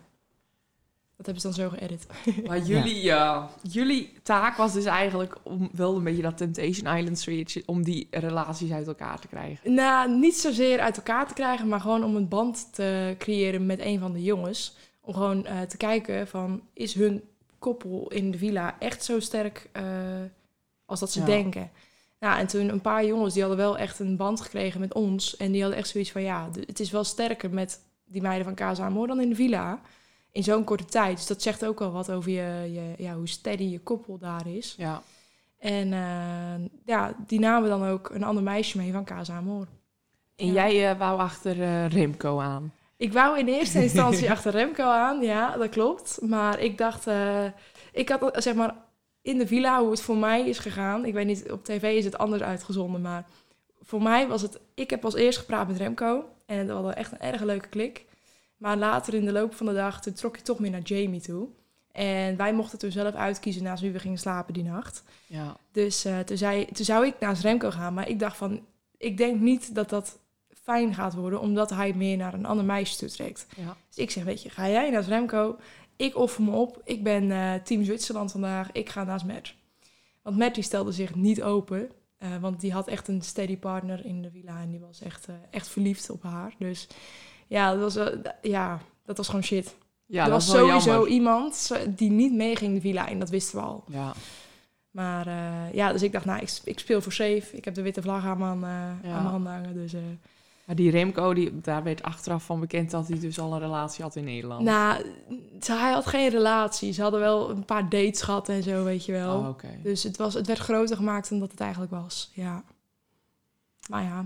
Speaker 1: Dat hebben ze dan zo geëdit.
Speaker 3: Maar jullie, ja, jullie taak was dus eigenlijk om wel een beetje dat Temptation Island switch, om die relaties uit elkaar te krijgen.
Speaker 1: Nou, niet zozeer uit elkaar te krijgen, maar gewoon om een band te creëren met een van de jongens. Om gewoon eh, te kijken van, is hun koppel in de villa echt zo sterk eh, als dat ze
Speaker 3: Ja.
Speaker 1: denken? Nou, en toen een paar jongens, die hadden wel echt een band gekregen met ons. En die hadden echt zoiets van, ja, d- het is wel sterker met die meiden van Casa Amor dan in de villa. In zo'n korte tijd. Dus dat zegt ook wel wat over je, je, ja, hoe steady je koppel daar is.
Speaker 3: Ja.
Speaker 1: En eh, ja, die namen dan ook een ander meisje mee van Casa Amor.
Speaker 3: En
Speaker 1: Ja.
Speaker 3: jij eh, wou achter eh, Remco aan.
Speaker 1: Ik wou in eerste instantie achter Remco aan, ja, dat klopt. Maar ik dacht, eh, ik had eh, zeg maar in de villa hoe het voor mij is gegaan. Ik weet niet, op tv is het anders uitgezonden, maar voor mij was het, ik heb als eerst gepraat met Remco en we hadden echt een erg leuke klik. Maar later in de loop van de dag, toen trok je toch meer naar Jamie toe. En wij mochten toen zelf uitkiezen naast wie we gingen slapen die nacht.
Speaker 3: Ja.
Speaker 1: Dus eh, toen, zei, toen zou ik naast Remco gaan. Maar ik dacht van, ik denk niet dat dat fijn gaat worden. Omdat hij meer naar een ander meisje toe trekt.
Speaker 3: Ja.
Speaker 1: Dus ik zeg, weet je, ga jij naast Remco? Ik offer me op. Ik ben eh, team Zwitserland vandaag. Ik ga naast Matt. Want Matt die stelde zich niet open. eh, want die had echt een steady partner in de villa. En die was echt, eh, echt verliefd op haar. Dus ja dat, was, wel- d- ja, dat was gewoon shit.
Speaker 3: Ja,
Speaker 1: er
Speaker 3: dat
Speaker 1: was
Speaker 3: is wel
Speaker 1: sowieso
Speaker 3: jammer.
Speaker 1: iemand eh, die niet meeging de villa in. Dat wisten we al.
Speaker 3: Ja.
Speaker 1: Maar eh, ja, dus ik dacht, nou, ik, sp- ik speel voor safe. Ik heb de witte vlag aan mijn, eh,
Speaker 3: Ja.
Speaker 1: aan mijn handen hangen. Dus, eh,
Speaker 3: Maar die Remco, die, daar werd achteraf van bekend dat hij dus al een relatie had in Nederland.
Speaker 1: nou, ze- hij had geen relatie. Ze hadden wel een paar dates gehad en zo, weet je wel.
Speaker 3: Oh, oké.
Speaker 1: Dus het, was, het werd groter gemaakt dan dat het eigenlijk was. Ja. Maar ja,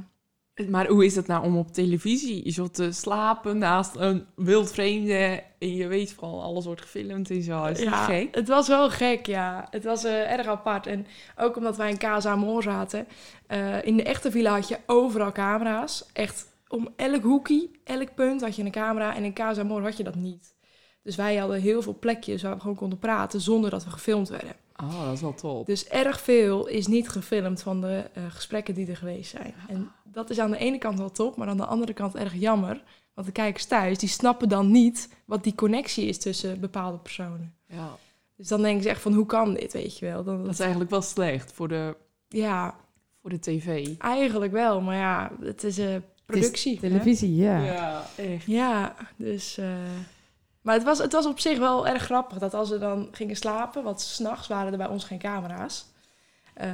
Speaker 3: Maar hoe is het nou om op televisie zo te slapen naast een wild vreemde en je weet van alles wordt gefilmd en zo. Is
Speaker 1: ja,
Speaker 3: dat gek?
Speaker 1: Het was wel gek, ja. Het was eh, erg apart. En ook omdat wij in Casa Amor zaten. eh, in de echte villa had je overal camera's. Echt om elk hoekje, elk punt had je een camera. En in Casa Amor had je dat niet. Dus wij hadden heel veel plekjes waar we gewoon konden praten zonder dat we gefilmd werden.
Speaker 3: Oh, dat is wel top.
Speaker 1: Dus erg veel is niet gefilmd van de eh, gesprekken die er geweest zijn. En dat is aan de ene kant wel top, maar aan de andere kant erg jammer. Want de kijkers thuis, die snappen dan niet wat die connectie is tussen bepaalde personen.
Speaker 3: Ja.
Speaker 1: Dus dan denk ik echt van, hoe kan dit, weet je wel? Dan,
Speaker 3: Dat is eigenlijk wel slecht voor de,
Speaker 1: ja,
Speaker 3: voor de tv.
Speaker 1: eigenlijk wel, maar ja, het is eh productie. hè?
Speaker 4: Televisie, ja.
Speaker 3: echt.
Speaker 1: Ja, dus... eh, maar het was, het was op zich wel erg grappig dat als we dan gingen slapen, want s'nachts waren er bij ons geen camera's. Eh,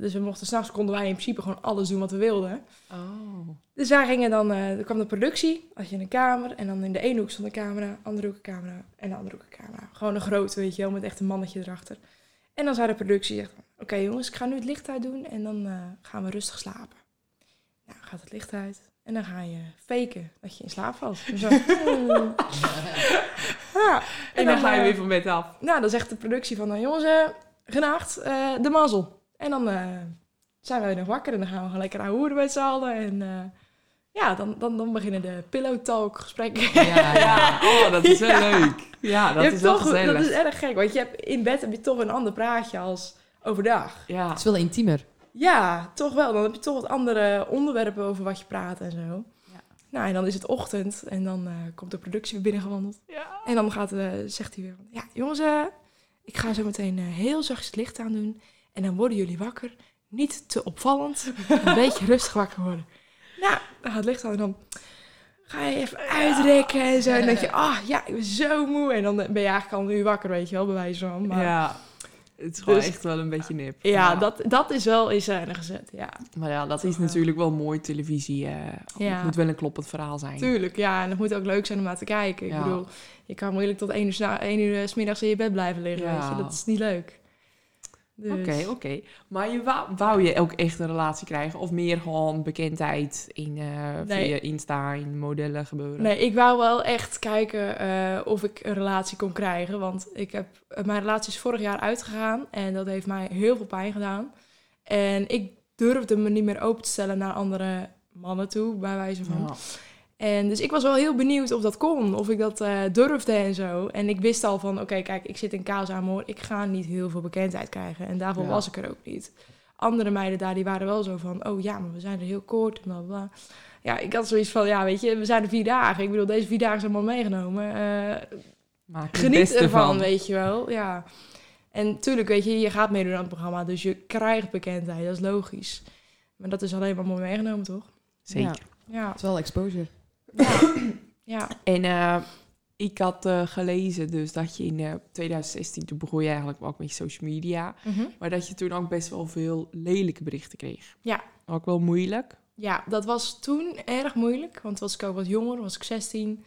Speaker 1: dus we mochten s'nachts konden wij in principe gewoon alles doen wat we wilden.
Speaker 3: Oh.
Speaker 1: Dus wij gingen dan, eh, er kwam de productie, had je een kamer en dan in de ene hoek stond een camera, andere hoek een camera en de andere hoek een camera. Gewoon een grote, weet je wel, met echt een mannetje erachter. En dan zei de productie, zegt, oké jongens, ik ga nu het licht uit doen en dan eh, gaan we rustig slapen. Nou, gaat het licht uit en dan ga je faken dat je in slaap valt. En zo, ja,
Speaker 3: En dan ga je
Speaker 1: eh,
Speaker 3: weer van bed af.
Speaker 1: nou, dan zegt de productie van, nou jongens, eh genaagd, eh, de mazzel. En dan eh, zijn wij nog wakker en dan gaan we gewoon lekker ouwe hoeren met z'n allen. En eh, ja, dan, dan, dan beginnen de pillow talk gesprekken.
Speaker 3: Ja, ja. Oh, dat is wel
Speaker 1: Ja.
Speaker 3: leuk. Ja, dat
Speaker 1: Je
Speaker 3: is
Speaker 1: hebt
Speaker 3: wel
Speaker 1: toch- dat
Speaker 3: gezellig.
Speaker 1: is erg gek, want je hebt, in bed heb je toch een ander praatje als overdag.
Speaker 3: Ja.
Speaker 4: Het is wel intiemer.
Speaker 1: Ja, toch wel. Dan heb je toch wat andere onderwerpen over wat je praat en zo.
Speaker 4: Ja.
Speaker 1: Nou, en dan is het ochtend en dan eh, komt de productie weer binnengewandeld.
Speaker 3: Ja.
Speaker 1: En dan gaat, eh, zegt hij weer, van, ja jongens, eh, ik ga zo meteen eh, heel zachtjes het licht aandoen. En dan worden jullie wakker. Niet te opvallend. Een beetje rustig wakker worden. Nou, dan gaat het licht aan en dan ga je even uitrekken en zo. En dan denk je, ah ja, ik ben zo moe. En dan eh, ben je eigenlijk al een uur wakker, weet je wel, bij wijze van. Maar ja,
Speaker 3: Ja. Het is gewoon
Speaker 1: Dus-
Speaker 3: echt wel een beetje nip.
Speaker 1: Dat, dat is wel in scène gezet, ja.
Speaker 3: Maar ja, dat is natuurlijk wel mooi televisie. eh.
Speaker 1: Ja.
Speaker 3: Het moet wel een kloppend verhaal zijn.
Speaker 1: Tuurlijk, ja. En het moet ook leuk zijn om naar te kijken. Ik
Speaker 3: Ja.
Speaker 1: bedoel, je kan moeilijk tot één uur, s'na- één uur eh, 's middags in je bed blijven liggen,
Speaker 3: Ja.
Speaker 1: weet je. Dat is niet leuk. Dus-
Speaker 3: Oké, oké. oh. Maar je wou, wou je ook echt een relatie krijgen? Of meer gewoon bekendheid in, eh,
Speaker 1: Nee.
Speaker 3: via Insta, in modellen gebeuren?
Speaker 1: Nee, ik wou wel echt kijken eh, of ik een relatie kon krijgen. Want ik heb, eh, mijn relatie is vorig jaar uitgegaan en dat heeft mij heel veel pijn gedaan.
Speaker 3: Oh,
Speaker 1: En ik durfde me niet meer open te stellen naar andere mannen toe, bij wijze van.
Speaker 3: Ja.
Speaker 1: En dus ik was wel heel benieuwd of dat kon, of ik dat eh, durfde en zo. En ik wist al van, oké, kijk, ik zit in Kaasamor, ik ga niet heel veel bekendheid krijgen. En daarvoor
Speaker 4: Ja.
Speaker 1: was ik er ook niet. Andere meiden daar, die waren wel zo van, oh ja, maar we zijn er heel kort, bla bla. Ja, ik had zoiets van, ja, weet je, we zijn er vier dagen. Ik bedoel, deze vier dagen zijn allemaal meegenomen. Eh,
Speaker 3: Maak er het
Speaker 1: geniet
Speaker 3: beste
Speaker 1: ervan,
Speaker 3: van.
Speaker 1: weet je wel. Ja. En tuurlijk, weet je, je gaat meedoen aan het programma, dus je krijgt bekendheid, dat is logisch. Maar dat is alleen maar mooi meegenomen, toch?
Speaker 3: Zeker.
Speaker 4: Ja,
Speaker 1: Ja.
Speaker 4: het is wel exposure.
Speaker 1: Ja. ja.
Speaker 3: En eh, ik had eh, gelezen dus dat je in eh, 2016, toen begon je eigenlijk ook met je social media,
Speaker 1: Mhm.
Speaker 3: maar dat je toen ook best wel veel lelijke berichten kreeg.
Speaker 1: Ja.
Speaker 3: Ook wel moeilijk.
Speaker 1: Ja, dat was toen erg moeilijk, want toen was ik ook wat jonger, was ik 16.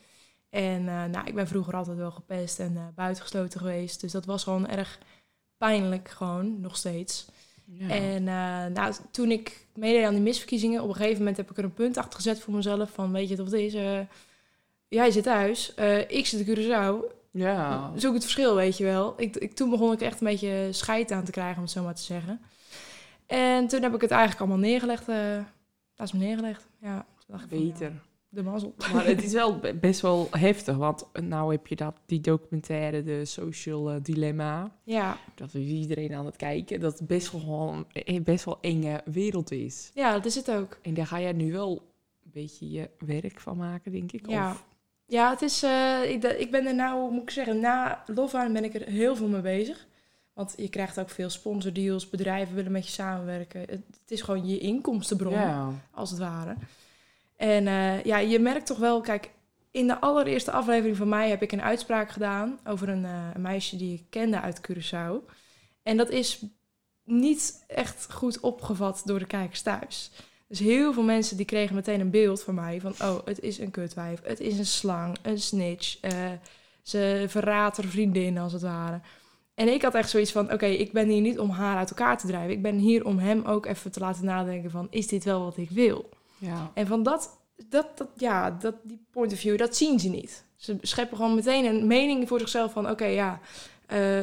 Speaker 1: En eh, nou, ik ben vroeger altijd wel gepest en eh, buitengesloten geweest, dus dat was gewoon erg pijnlijk gewoon, nog steeds. En eh, nou, toen ik meedeed aan die misverkiezingen, op een gegeven moment heb ik er een punt achter gezet voor mezelf. Van weet je wat het is? Eh, jij zit thuis, eh, ik zit in Curaçao.
Speaker 3: ja.
Speaker 1: Zoek het verschil, weet je wel. Ik, ik, toen begon ik echt een beetje scheid aan te krijgen, om het zo maar te zeggen. En toen heb ik het eigenlijk allemaal neergelegd. eh naast me neergelegd. Ja, toen dacht ik van, ja,
Speaker 3: Beter.
Speaker 1: de mazzel.
Speaker 3: Maar het is wel be- best wel heftig, want eh, nou heb je dat, die documentaire, de Social eh, Dilemma.
Speaker 1: Ja,
Speaker 3: Dat is iedereen aan het kijken, dat het best wel gewoon een best wel enge wereld is.
Speaker 1: ja, dat is het ook.
Speaker 3: En daar ga jij nu wel een beetje je werk van maken, denk ik.
Speaker 1: Ja.
Speaker 3: Of,
Speaker 1: Ja, het is, eh, ik, da- ik ben er nou, moet ik zeggen, na Lofaan ben ik er heel veel mee bezig. Want je krijgt ook veel sponsordeals, bedrijven willen met je samenwerken. Het, het is gewoon je inkomstenbron,
Speaker 3: ja.
Speaker 1: als het ware. En eh, ja, je merkt toch wel, kijk, in de allereerste aflevering van mij heb ik een uitspraak gedaan over een, eh, een meisje die ik kende uit Curaçao. En dat is niet echt goed opgevat door de kijkers thuis. Dus heel veel mensen die kregen meteen een beeld van mij van, oh, het is een kutwijf, het is een slang, een snitch, eh, ze verraadt haar vriendin als het ware. En ik had echt zoiets van, oké, ik ben hier niet om haar uit elkaar te drijven. Ik ben hier om hem ook even te laten nadenken van, is dit wel wat ik wil?
Speaker 3: ja.
Speaker 1: En van dat, dat, dat ja, dat, die point of view, dat zien ze niet. Ze scheppen gewoon meteen een mening voor zichzelf van, oké, ja, eh,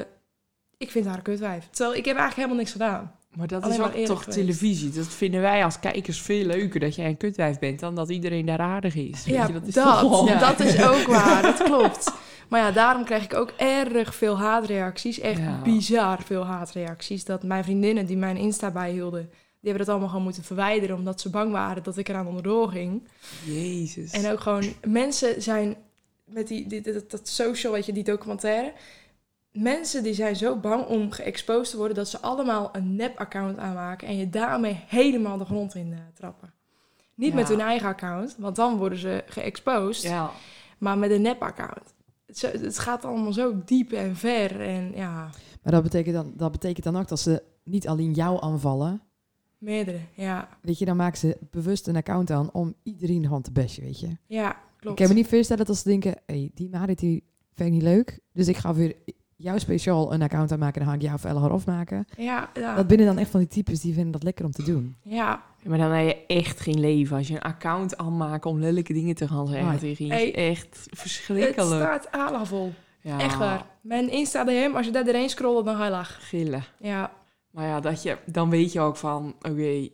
Speaker 1: ik vind haar een kutwijf. Terwijl ik heb eigenlijk helemaal niks gedaan.
Speaker 3: Maar dat
Speaker 1: Alleen
Speaker 3: is
Speaker 1: maar
Speaker 3: ook
Speaker 1: eerlijk
Speaker 3: toch
Speaker 1: geweest.
Speaker 3: televisie. Dat vinden wij als kijkers veel leuker dat jij een kutwijf bent dan dat iedereen daar aardig is. Weet
Speaker 1: Ja,
Speaker 3: je, dat is
Speaker 1: dat,
Speaker 3: toch wel-
Speaker 1: ja. dat is ook waar, dat klopt. Maar ja, daarom kreeg ik ook erg veel haatreacties. Echt
Speaker 3: Ja.
Speaker 1: bizar veel haatreacties. Dat mijn vriendinnen die mijn Insta bijhielden, die hebben dat allemaal gewoon moeten verwijderen... omdat ze bang waren dat ik eraan onderdoor ging.
Speaker 3: Jezus.
Speaker 1: En ook gewoon, mensen zijn met die, die- dat, dat social, weet je, die documentaire. Mensen die zijn zo bang om geëxposed te worden dat ze allemaal een nep-account aanmaken en je daarmee helemaal de grond in eh, trappen. Niet
Speaker 3: Ja.
Speaker 1: met hun eigen account, want dan worden ze geëxposed,
Speaker 3: Ja.
Speaker 1: maar met een nep-account. Het, zo- het gaat allemaal zo diep en ver en ja,
Speaker 4: Maar dat betekent, dan, dat betekent dan ook dat ze niet alleen jou aanvallen.
Speaker 1: meerdere. Ja,
Speaker 4: Weet je, dan maken ze bewust een account aan om iedereen gewoon te bashen, weet je.
Speaker 1: ja klopt.
Speaker 4: Ik kan me niet voorstellen dat ze denken, hey, die Marit die vind ik niet leuk. Dus ik ga weer jou speciaal een account aanmaken en dan ga ik jou of Elgar afmaken.
Speaker 1: ja, ja,
Speaker 4: Dat binnen dan echt van die types, die vinden dat lekker om te doen.
Speaker 1: ja,
Speaker 3: Maar dan heb je echt geen leven als je een account aanmaakt om lelijke dingen te gaan zeggen
Speaker 4: Nee.
Speaker 3: tegen je.
Speaker 1: Hey,
Speaker 3: echt
Speaker 1: het
Speaker 3: verschrikkelijk.
Speaker 1: staat alavol.
Speaker 3: Ja,
Speaker 1: Echt waar. Mijn Insta-DM, als je daar doorheen scrollt, dan ga je lachen.
Speaker 3: Gillen.
Speaker 1: Ja,
Speaker 3: Maar ja, dat je, dan weet je ook van, oké,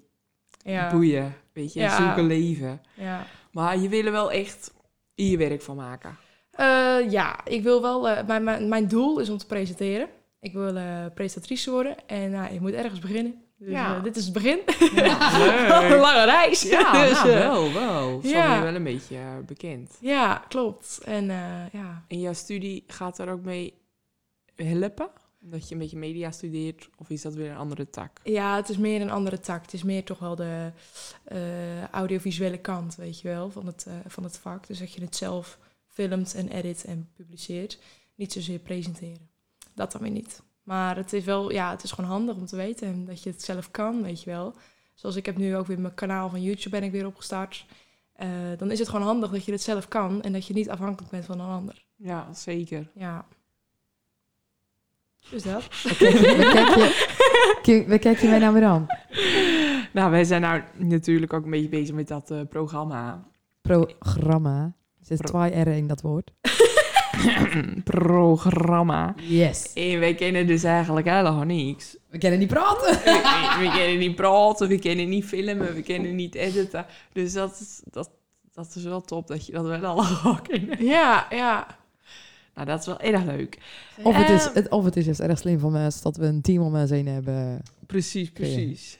Speaker 1: Ja.
Speaker 3: boeien. Weet je,
Speaker 1: Ja.
Speaker 3: zoek een leven.
Speaker 1: Ja.
Speaker 3: Maar je wil er wel echt je werk van maken.
Speaker 1: Eh, ja, ik wil wel. eh, mijn, mijn, mijn doel is om te presenteren. Ik wil eh, presentatrice worden en nou, ik moet ergens beginnen. Dus,
Speaker 3: Ja.
Speaker 1: eh, dit is het begin.
Speaker 3: Leuk.
Speaker 1: Een lange reis.
Speaker 3: Ja,
Speaker 1: Dus,
Speaker 3: nou,
Speaker 1: eh,
Speaker 3: wel, wel. Zo
Speaker 1: ja.
Speaker 3: ben je wel een beetje eh, bekend.
Speaker 1: ja, klopt. En eh, ja.
Speaker 3: En jouw studie gaat daar ook mee helpen? Dat je een beetje media studeert? Of is dat weer een andere tak?
Speaker 1: ja, het is meer een andere tak. Het is meer toch wel de eh, audiovisuele kant, weet je wel, van het, eh, van het vak. Dus dat je het zelf filmt en edit en publiceert. Niet zozeer presenteren. Dat dan weer niet. Maar het is wel, ja, het is gewoon handig om te weten en dat je het zelf kan, weet je wel. Zoals ik heb nu ook weer mijn kanaal van YouTube ben ik weer opgestart. Eh, dan is het gewoon handig dat je het zelf kan en dat je niet afhankelijk bent van een ander.
Speaker 3: Ja, zeker.
Speaker 1: Ja. Dus dat.
Speaker 4: Waar kijk je- Kim, waar kijk je mij nou weer aan?
Speaker 3: Nou, wij zijn nou natuurlijk ook een beetje bezig met dat eh, programma.
Speaker 4: Programma. Er zit
Speaker 3: Pro-
Speaker 4: twee R in dat woord.
Speaker 3: programma.
Speaker 4: Yes.
Speaker 3: En wij kennen dus eigenlijk helemaal niks.
Speaker 4: We kennen niet praten.
Speaker 3: We, we- we kennen niet praten, we kennen niet filmen, we kennen niet editen. Dus dat, is- dat, dat is wel top dat je dat wel allemaal in
Speaker 1: Ja, ja.
Speaker 3: Nou, dat is wel erg leuk.
Speaker 4: Of het, is,
Speaker 1: Ehm,
Speaker 4: het, of het is juist erg slim van mensen dat we een team om ons heen hebben.
Speaker 3: Precies, precies.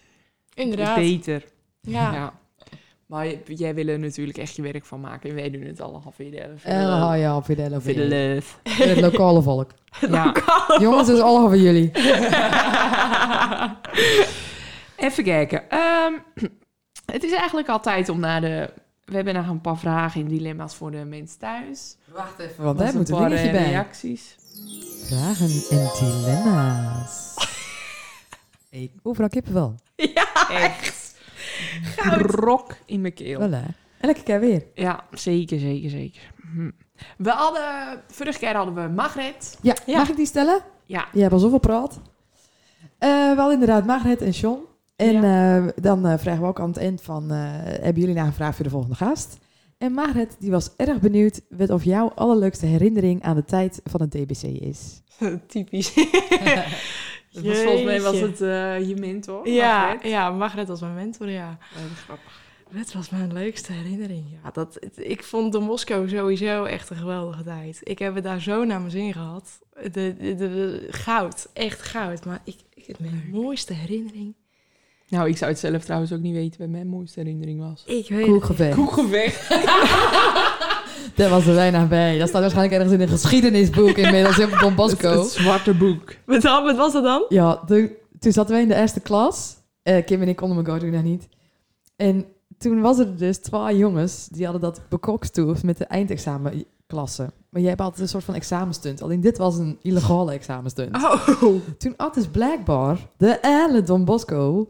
Speaker 1: Inderdaad.
Speaker 3: Is beter. Ja.
Speaker 1: Ja.
Speaker 3: Maar j- jij wil er natuurlijk echt je werk van maken. En wij doen het allemaal voor je.
Speaker 4: En dan haal je al voor de hele- voor
Speaker 3: Voor
Speaker 4: de-
Speaker 3: de love.
Speaker 4: voor het lokale volk.
Speaker 3: Ja.
Speaker 4: Jongens, het is allemaal voor jullie.
Speaker 3: Even kijken. Ehm, het is eigenlijk altijd om naar de... We hebben nog een paar vragen en dilemma's voor de mensen thuis.
Speaker 4: Wacht even, want
Speaker 3: Met
Speaker 4: daar moet een
Speaker 3: paar,
Speaker 4: dingetje
Speaker 3: eh,
Speaker 4: bij.
Speaker 3: reacties.
Speaker 4: Vragen en dilemma's. Ik- Overal kippen wel.
Speaker 3: Echt. Brok in mijn keel.
Speaker 4: Wel hè? Elke keer weer.
Speaker 3: Ja, zeker, zeker, zeker. Hm. We hadden... Vorige keer hadden we Margret.
Speaker 4: Ja, mag ik die stellen?
Speaker 3: Ja.
Speaker 4: Je hebt al zoveel praat. Eh, wel inderdaad, Margret en John. En eh, dan eh, vragen we ook aan het eind van... eh, hebben jullie nagevraagd voor de volgende gast? En Margret, die was erg benieuwd... wat of jouw allerleukste herinnering aan de tijd van het DBC is.
Speaker 1: Typisch.
Speaker 3: Dat was volgens mij was
Speaker 1: Jeetje.
Speaker 3: het eh, je mentor.
Speaker 1: ja,
Speaker 3: Margret.
Speaker 1: ja, Margret was mijn mentor, ja.
Speaker 3: Oh, wat grappig.
Speaker 1: Dat was mijn leukste herinnering. Ja, dat, het- ik vond de Moskou sowieso echt een geweldige tijd. Ik heb het daar zo naar mijn zin gehad. De, de, de- de- goud, echt goud. Maar ik, ik, mijn mooiste herinnering.
Speaker 3: Nou, ik zou het zelf trouwens ook niet weten wat mijn mooiste herinnering was.
Speaker 1: Ik weet het niet.
Speaker 4: Koekgevecht.
Speaker 3: Koekenweg.
Speaker 4: Daar was er weinig bij. Dat staat waarschijnlijk ergens in een geschiedenisboek inmiddels in Don Bosco.
Speaker 3: Het zwarte boek.
Speaker 1: Wat, dan- wat was dat dan?
Speaker 4: Ja, toen- toen zaten wij in de eerste klas. Eh, Kim en ik konden elkaar toen nog niet. En toen was er dus twee jongens die hadden dat bekokstoerd met de eindexamenklasse. Maar jij hebt altijd een soort van examenstunt. Alleen dit was een illegale examenstunt.
Speaker 3: Ah.
Speaker 1: Oh,
Speaker 4: Toen had dus blijkbaar de Elle Don Bosco...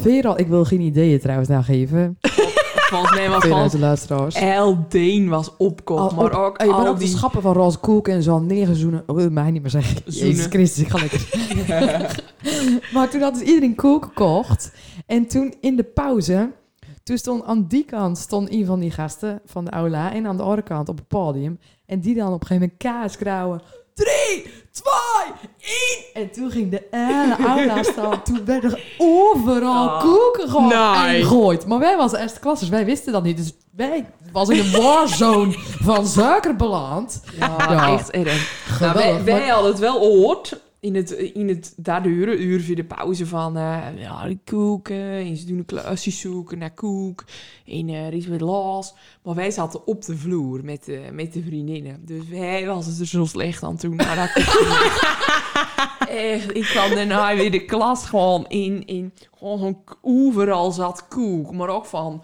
Speaker 4: Veral, ik wil geen ideeën trouwens nou geven.
Speaker 3: Volgens mij was
Speaker 4: Veral
Speaker 3: gewoon...
Speaker 4: de luisteraars.
Speaker 3: Eldeen was opkop,
Speaker 4: Al Oh, op-
Speaker 3: maar ook
Speaker 4: Hey, maar
Speaker 3: al
Speaker 4: ook de
Speaker 3: die...
Speaker 4: schappen van roze koek en zo neergezoenen. Oh, dat mag je niet meer zeggen.
Speaker 3: Zoenen.
Speaker 4: Jezus Christus, ik ga lekker. maar toen had dus iedereen koek gekocht. En toen in de pauze, toen stond aan die kant stond een van die gasten van de aula en aan de andere kant op het podium. En die dan op een gegeven moment kaas krauwen. Drie, twee, één. En toen ging de hele aula staan. Toen werden er overal
Speaker 3: Ah,
Speaker 4: koeken gewoon
Speaker 3: nice.
Speaker 4: gegooid. Maar wij waren eerste klassers, wij wisten dat niet. Dus wij was in de warzone van suiker beland.
Speaker 3: Ja,
Speaker 4: Ja.
Speaker 3: echt erg. Nou,
Speaker 4: Geweldig.
Speaker 3: wij, wij
Speaker 4: maar-
Speaker 3: hadden het wel gehoord. In het, in het derde uur, uur voor de pauze van... eh, ja, die koeken. En ze doen een klasje zoeken naar koek. En eh, er is wat los. Maar wij zaten op de vloer met, de- met de vriendinnen. Dus wij was het er zo slecht aan toen. Nou, dat Echt, ik kwam daarna weer de klas gewoon in. in gewoon zo'n k- overal zat koek. Maar ook van...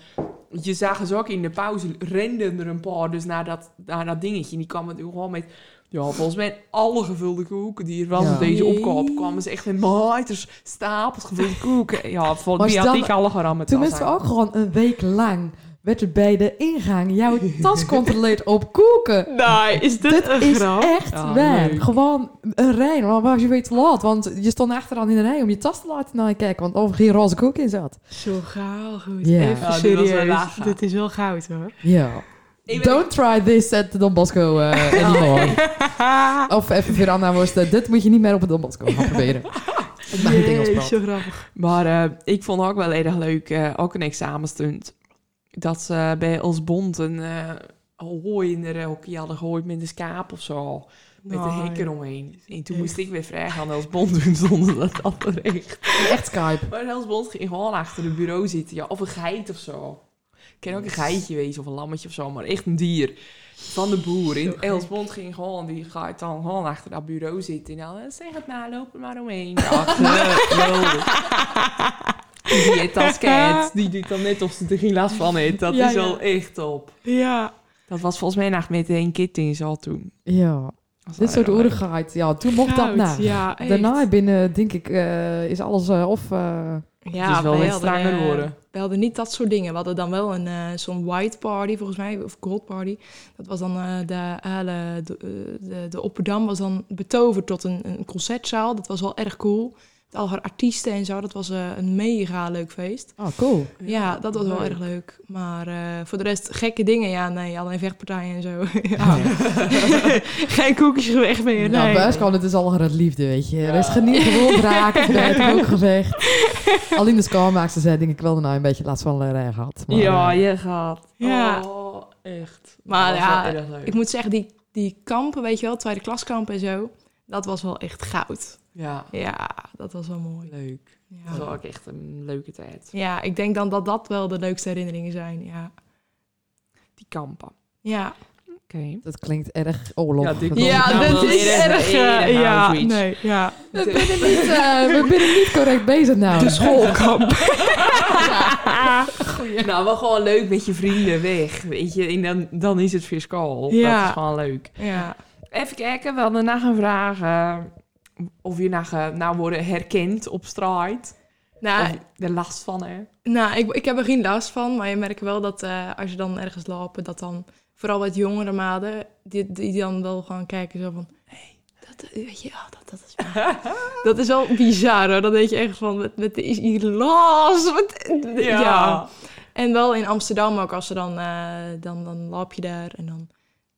Speaker 3: Je zag dus ook in de pauze renden er een paar dus naar dat, naar dat dingetje. En die kwamen toen gewoon met... Ja, volgens mij alle gevulde koeken die er was
Speaker 4: Ja.
Speaker 3: op deze opkoop kwamen ze echt met meters stapels gevulde koeken. Ja,
Speaker 4: Maar
Speaker 3: volgens mij had
Speaker 4: dan-
Speaker 3: ik alle gerammerd.
Speaker 4: Toen
Speaker 3: als
Speaker 4: mensen
Speaker 3: hij.
Speaker 4: ook gewoon een week lang werd er bij de ingang jouw tas controleerd op koeken.
Speaker 1: nee, Nou, is dit,
Speaker 4: Dit
Speaker 1: een
Speaker 4: is
Speaker 1: grap?
Speaker 4: echt
Speaker 3: Ja,
Speaker 4: waar.
Speaker 3: Ah, leuk.
Speaker 4: Gewoon een rij. Maar waar je weet te laat. Want je stond achteraan in de rij om je tas te laten naar kijken. Want over geen roze koek in zat.
Speaker 1: Zo gaal goed.
Speaker 4: Ja.
Speaker 1: Even
Speaker 3: Ja, dit was wel laag,
Speaker 1: serieus.
Speaker 3: ja.
Speaker 1: Dit is wel goud hoor.
Speaker 4: Ja.
Speaker 3: Ik ben-
Speaker 4: Don't try this at the Don Bosco eh, anymore. of even weer Anna was dat dit moet je niet meer op het Don Bosco gaan proberen. Ik mag niet Engels
Speaker 1: Jee,
Speaker 4: praten.
Speaker 1: zo grappig.
Speaker 3: Maar eh, ik vond ook wel erg leuk, eh, ook een examenstunt, dat ze bij ons bond een eh hooi in de hockey hadden gegooid met een skaap of zo. Met een
Speaker 1: Nou,
Speaker 3: hek eromheen. En toen moest ik weer vragen aan Els Bond doen zonder dat dat terecht.
Speaker 4: Echt Skype.
Speaker 3: Maar Els Bond ging gewoon achter het bureau zitten. Ja, of een geit of zo. Het kan ook een geitje wezen of een lammetje of zo, maar echt een dier. Van de boer. En Els Bond ging gewoon, die gaat dan gewoon achter dat bureau zitten. En dan eh, zeg het maar, loop er maar omheen. Ja, geweldig. Die het als cat. Die doet dan net of ze er geen last van heeft. Dat
Speaker 1: Ja,
Speaker 3: is
Speaker 1: ja.
Speaker 3: wel echt top.
Speaker 1: Ja.
Speaker 3: Dat was volgens mij nog met één kit in zal toen.
Speaker 4: Ja.
Speaker 3: Dat
Speaker 4: Dit
Speaker 3: was wel
Speaker 4: soort
Speaker 3: erg leuk.
Speaker 4: oerigheid. Ja, toen mocht dat
Speaker 1: Goud,
Speaker 4: na.
Speaker 1: Ja, echt.
Speaker 4: Daarna binnen, denk ik, eh, is alles eh, of... eh,
Speaker 1: Ja,
Speaker 3: Het is wel
Speaker 1: wij
Speaker 3: weer
Speaker 1: hadden,
Speaker 3: stranger
Speaker 1: eh,
Speaker 3: worden.
Speaker 1: We hadden niet dat soort dingen. We hadden dan wel een, eh, zo'n white party, volgens mij, of gold party. Dat was dan eh, de, hele- de, eh, de, de Opperdam was dan betoverd tot een, een concertzaal. Dat was wel erg cool. Met al haar artiesten en zo. Dat was eh, een mega leuk feest.
Speaker 4: oh, cool.
Speaker 1: Ja, dat was wel erg leuk. Maar eh, voor de rest gekke dingen. Ja, nee, alleen vechtpartijen en zo. Ja. Geen koekjes weg meer.
Speaker 4: Nou,
Speaker 1: nee.
Speaker 4: bij ons kwam het is al het liefde, weet je. We gaan niet gewoon raken, bij het ook gezegd. Alleen de schoonmaakster zei, denk ik, wel nou een beetje last van de rij eh, gehad. Maar,
Speaker 3: ja,
Speaker 4: eh,
Speaker 3: je gaat.
Speaker 1: Ja.
Speaker 3: Oh. Echt.
Speaker 1: Maar
Speaker 3: Dat was
Speaker 1: ja,
Speaker 3: wel erg leuk.
Speaker 1: Ik moet zeggen, die, die kampen, weet je wel, tweede klaskampen en zo, dat was wel echt goud.
Speaker 3: Ja,
Speaker 1: Ja, dat was wel mooi.
Speaker 3: leuk. Dat was
Speaker 1: Ja,
Speaker 3: wel ook echt een leuke tijd.
Speaker 1: ja ik denk dan dat dat wel de leukste herinneringen zijn. Ja,
Speaker 3: Die kampen.
Speaker 1: ja.
Speaker 3: Oké.
Speaker 4: Dat klinkt erg oorlog.
Speaker 3: Ja, dit-
Speaker 4: Dat-
Speaker 3: Ja,
Speaker 1: ja
Speaker 3: nou,
Speaker 1: dat
Speaker 3: dat
Speaker 1: is
Speaker 3: is
Speaker 1: erg.
Speaker 3: een
Speaker 1: eh,
Speaker 3: ere-
Speaker 1: ja,
Speaker 3: nou, zoiets.
Speaker 1: nee, ja.
Speaker 4: We zijn niet, eh, we zijn niet correct bezig nou.
Speaker 1: schoolkamp.
Speaker 3: Nou, wel gewoon leuk met je vrienden weg, weet je. En dan, dan is het fiscaal.
Speaker 1: Ja.
Speaker 3: Dat is gewoon leuk.
Speaker 1: Ja.
Speaker 3: Even kijken, we hadden na gaan vragen eh, of je na ge- nou worden herkend op straat.
Speaker 1: Nou,
Speaker 3: Of de last van hè.
Speaker 1: nou ik, ik heb er geen last van, maar je merkt wel dat eh, als je dan ergens loopt, dat dan vooral wat jongere maden, die, die dan wel gewoon kijken zo van... Hey, dat, weet je, oh, dat, dat is waar. dat is wel bizar hoor. Dan denk je echt van, met, met is hier last? Wat, ja. En wel in Amsterdam ook, als ze dan, eh, dan, dan loop je daar en dan,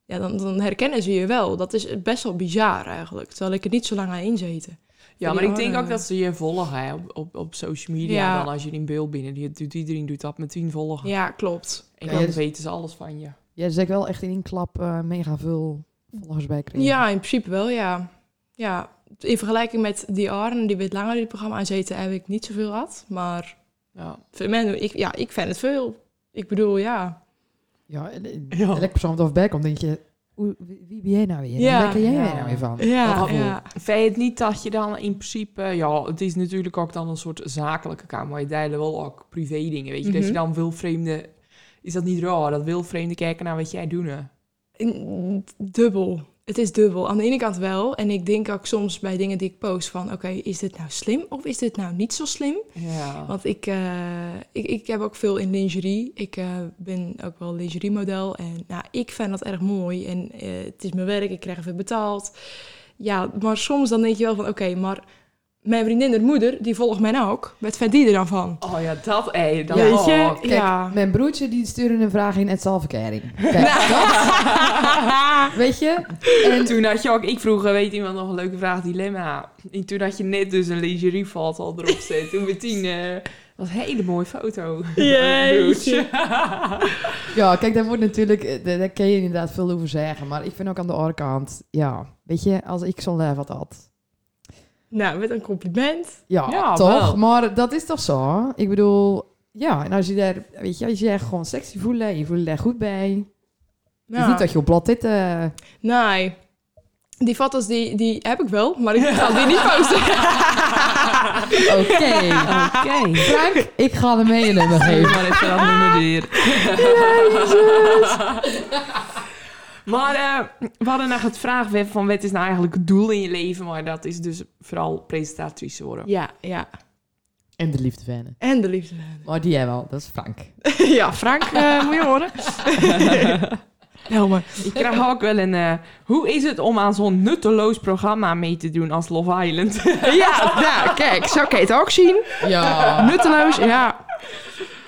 Speaker 1: ja, dan, dan herkennen ze je wel. Dat is best wel bizar eigenlijk, terwijl ik er niet zo lang aan inzeten.
Speaker 3: Ja,
Speaker 1: Die
Speaker 3: maar ik denk
Speaker 1: andere-
Speaker 3: ook dat ze je volgen hè, op, op, op social media.
Speaker 1: Ja.
Speaker 3: Dan als je in beeld binnen, die doet, iedereen doet dat met tien volgen.
Speaker 1: Ja, klopt.
Speaker 3: En
Speaker 4: Ja,
Speaker 3: dan
Speaker 4: dus-
Speaker 3: weten ze alles van je.
Speaker 4: Ja, dus ik wel echt in één klap eh, mega veel volgers bij kregen.
Speaker 1: Ja, in principe wel, ja. Ja, in vergelijking met die Arne, die wit langer in het programma aan zeten, heb ik niet zoveel had. Maar
Speaker 3: Ja.
Speaker 1: voor mij, ik, ja, ik vind het veel. Ik bedoel, ja.
Speaker 4: Ja, en- en
Speaker 3: Ja.
Speaker 4: elk persoon wat bij komt, denk je, hoe- wie wie ben jij nou weer?
Speaker 1: Ja.
Speaker 4: Waar ken jij
Speaker 3: Ja.
Speaker 4: nou weer van?
Speaker 1: Ja,
Speaker 3: Dat wel.
Speaker 1: ja.
Speaker 3: Vind je het niet dat je dan in principe... Ja, het is natuurlijk ook dan een soort zakelijke kamer. Maar je delen wel ook privé dingen, weet je. Dat je
Speaker 1: Mhm.
Speaker 3: dan wil vreemde... Is dat niet raar? Dat wil vreemden kijken naar wat jij doet, hè?
Speaker 1: Mm, Dubbel. Het is dubbel. Aan de ene kant wel. En ik denk ook soms bij dingen die ik post van... oké, is dit nou slim of is dit nou niet zo slim?
Speaker 3: Ja.
Speaker 1: Want ik, eh, ik, ik heb ook veel in lingerie. Ik eh, ben ook wel lingerie model. En nou, ik vind dat erg mooi. En eh, het is mijn werk, ik krijg ervoor betaald. Ja, maar soms dan denk je wel van... oké, maar mijn vriendin, haar moeder, die volgt mij nou ook. Wat vindt die er dan van?
Speaker 3: Oh ja, dat, hé. dat
Speaker 1: Weet je?
Speaker 3: ook.
Speaker 1: ja.
Speaker 4: Mijn broertje die stuurde een vraag in het zelfverkering. Weet je?
Speaker 3: En toen had je ook... Ik vroeg, eh, weet iemand nog een leuke vraag, dilemma. En toen had je net dus een lingerievat al erop zitten. toen meteen... eh was een hele mooie foto.
Speaker 1: Jeetje.
Speaker 4: Ja, kijk, daar wordt natuurlijk, eh, daar daar kun je inderdaad veel over zeggen. Maar ik vind ook aan de andere kant, ja, weet je, als ik zo'n lijf had had.
Speaker 1: Nou, met een compliment.
Speaker 4: Ja,
Speaker 3: Ja,
Speaker 4: toch?
Speaker 3: wel.
Speaker 4: Maar dat is toch zo? Ik bedoel, ja, en als je daar, weet je, als je je echt gewoon sexy voelt, je voelt je daar goed bij. Het is
Speaker 1: Ja.
Speaker 4: niet dat je op blad dit... eh,
Speaker 1: Nee. Nou, Die foto's die, die heb ik wel, maar ik ga die niet posten.
Speaker 4: Oké.
Speaker 3: Oké.
Speaker 4: Frank, ik ga hem mee een nummer
Speaker 3: Geef
Speaker 4: geven.
Speaker 3: maar even dat nummer weer. Maar eh, we hadden naar het vraagweb van wat is nou eigenlijk het doel in je leven? Maar dat is dus vooral presentatrice worden.
Speaker 1: Ja, ja.
Speaker 4: En de liefde wennen.
Speaker 1: En de liefde.
Speaker 4: Maar die hebben al, dat is Frank.
Speaker 1: ja, Frank, eh, moet je horen. Helmer.
Speaker 3: Ik krijg ook wel een... eh, hoe is het om aan zo'n nutteloos programma mee te doen als Love Island?
Speaker 1: Ja, nou, kijk, zo kan je het ook zien.
Speaker 4: Ja.
Speaker 1: Nutteloos, ja.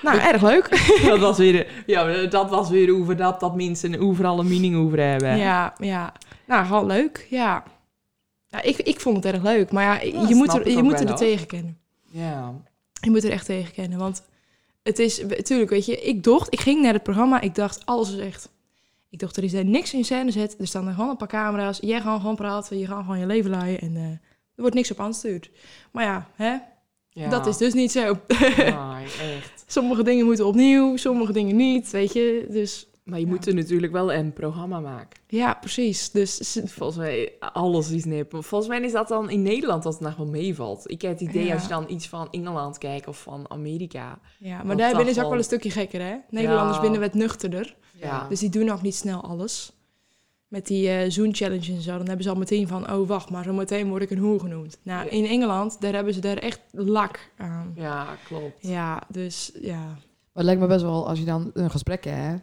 Speaker 1: Nou, erg leuk.
Speaker 3: dat, was weer, ja, dat was weer over dat, dat mensen overal een mening over hebben.
Speaker 1: Ja, ja. Nou, gewoon leuk, ja. Nou, ik, ik vond het erg leuk, maar ja, je moet
Speaker 3: snap
Speaker 1: er,
Speaker 3: ik
Speaker 1: je
Speaker 3: ook
Speaker 1: moet
Speaker 3: wel,
Speaker 1: er
Speaker 3: hoor.
Speaker 1: tegen kennen.
Speaker 3: Ja.
Speaker 1: Je moet er echt tegen kennen, want het is... Tuurlijk, weet je, ik dacht, ik ging naar het programma, ik dacht, alles is echt. Ik dacht, er is daar niks in scène zet, er staan er gewoon een paar camera's, jij gaat gewoon praten, je gaat gewoon je leven laaien en eh, er wordt niks op aangestuurd. Maar ja, hè,
Speaker 3: Ja.
Speaker 1: dat is dus niet zo.
Speaker 3: Nee, echt.
Speaker 1: sommige dingen moeten opnieuw, sommige dingen niet, weet je, dus...
Speaker 3: Maar je
Speaker 1: Ja.
Speaker 3: moet er natuurlijk wel een programma maken.
Speaker 1: Ja, precies. Dus ze-
Speaker 3: Volgens mij, alles is nep. Maar Volgens mij is dat dan in Nederland dat het nog wel meevalt. Ik heb het idee
Speaker 1: Ja.
Speaker 3: als je dan iets van Engeland kijkt of van Amerika.
Speaker 1: ja, maar
Speaker 3: Want
Speaker 1: daar
Speaker 3: dat
Speaker 1: binnen is ook
Speaker 3: wel-
Speaker 1: wel een stukje gekker, hè? Nederlanders
Speaker 3: Ja.
Speaker 1: binnen wat nuchterder.
Speaker 3: Ja.
Speaker 1: Dus die doen ook niet snel alles. Met die eh Zoom Challenge en zo, dan hebben ze al meteen van... oh, wacht, maar zo meteen word ik een hoer genoemd. Nou,
Speaker 3: Ja.
Speaker 1: in Engeland, daar hebben ze daar echt lak aan.
Speaker 3: Ja, klopt.
Speaker 1: Ja, dus ja.
Speaker 4: Maar het lijkt me best wel, als je dan een gesprek hebt...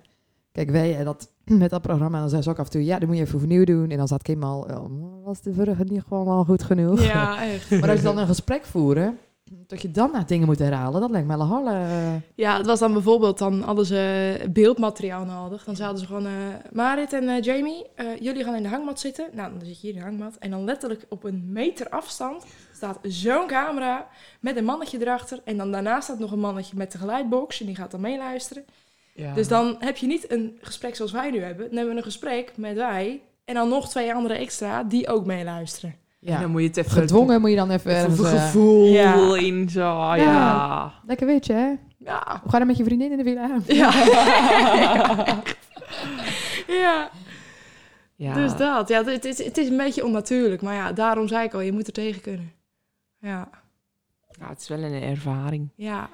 Speaker 4: Kijk, wij eh, dat, met dat programma, dan zijn ze ook af en toe... Ja, dan moet je even opnieuw doen. En dan zat Kim al... "Oh, was de vorige niet gewoon al goed genoeg?
Speaker 1: Ja, echt.
Speaker 4: Maar als je dan een gesprek voeren... Dat je dan naar dingen moet herhalen, dat lijkt me wel halle. eh,
Speaker 1: Ja, het was dan bijvoorbeeld, dan hadden ze beeldmateriaal nodig. Dan zaten ze gewoon, eh, Marit en eh, Jamie, eh, jullie gaan in de hangmat zitten. Nou, dan zit je hier in de hangmat. En dan letterlijk op een meter afstand staat zo'n camera met een mannetje erachter. En dan daarnaast staat nog een mannetje met de geluidbox en die gaat dan meeluisteren.
Speaker 3: Ja.
Speaker 1: Dus dan heb je niet een gesprek zoals wij nu hebben. Dan hebben we een gesprek met wij en dan nog twee andere extra die ook meeluisteren.
Speaker 3: En
Speaker 4: Ja.
Speaker 3: dan moet je het even...
Speaker 4: Gedwongen moet je dan even
Speaker 3: Even
Speaker 4: ergens...
Speaker 3: een
Speaker 4: eh,
Speaker 3: gevoel
Speaker 1: Ja.
Speaker 3: in, zo, ja.
Speaker 4: lekker weetje, hè?
Speaker 1: Ja.
Speaker 4: Ga dan met je vriendin in de villa.
Speaker 1: Ja. ja.
Speaker 3: Ja.
Speaker 1: Dus dat. Ja, het is, het is een beetje onnatuurlijk. Maar ja, daarom zei ik al, je moet er tegen kunnen. Ja.
Speaker 3: Ja, het is wel een ervaring.
Speaker 1: Ja.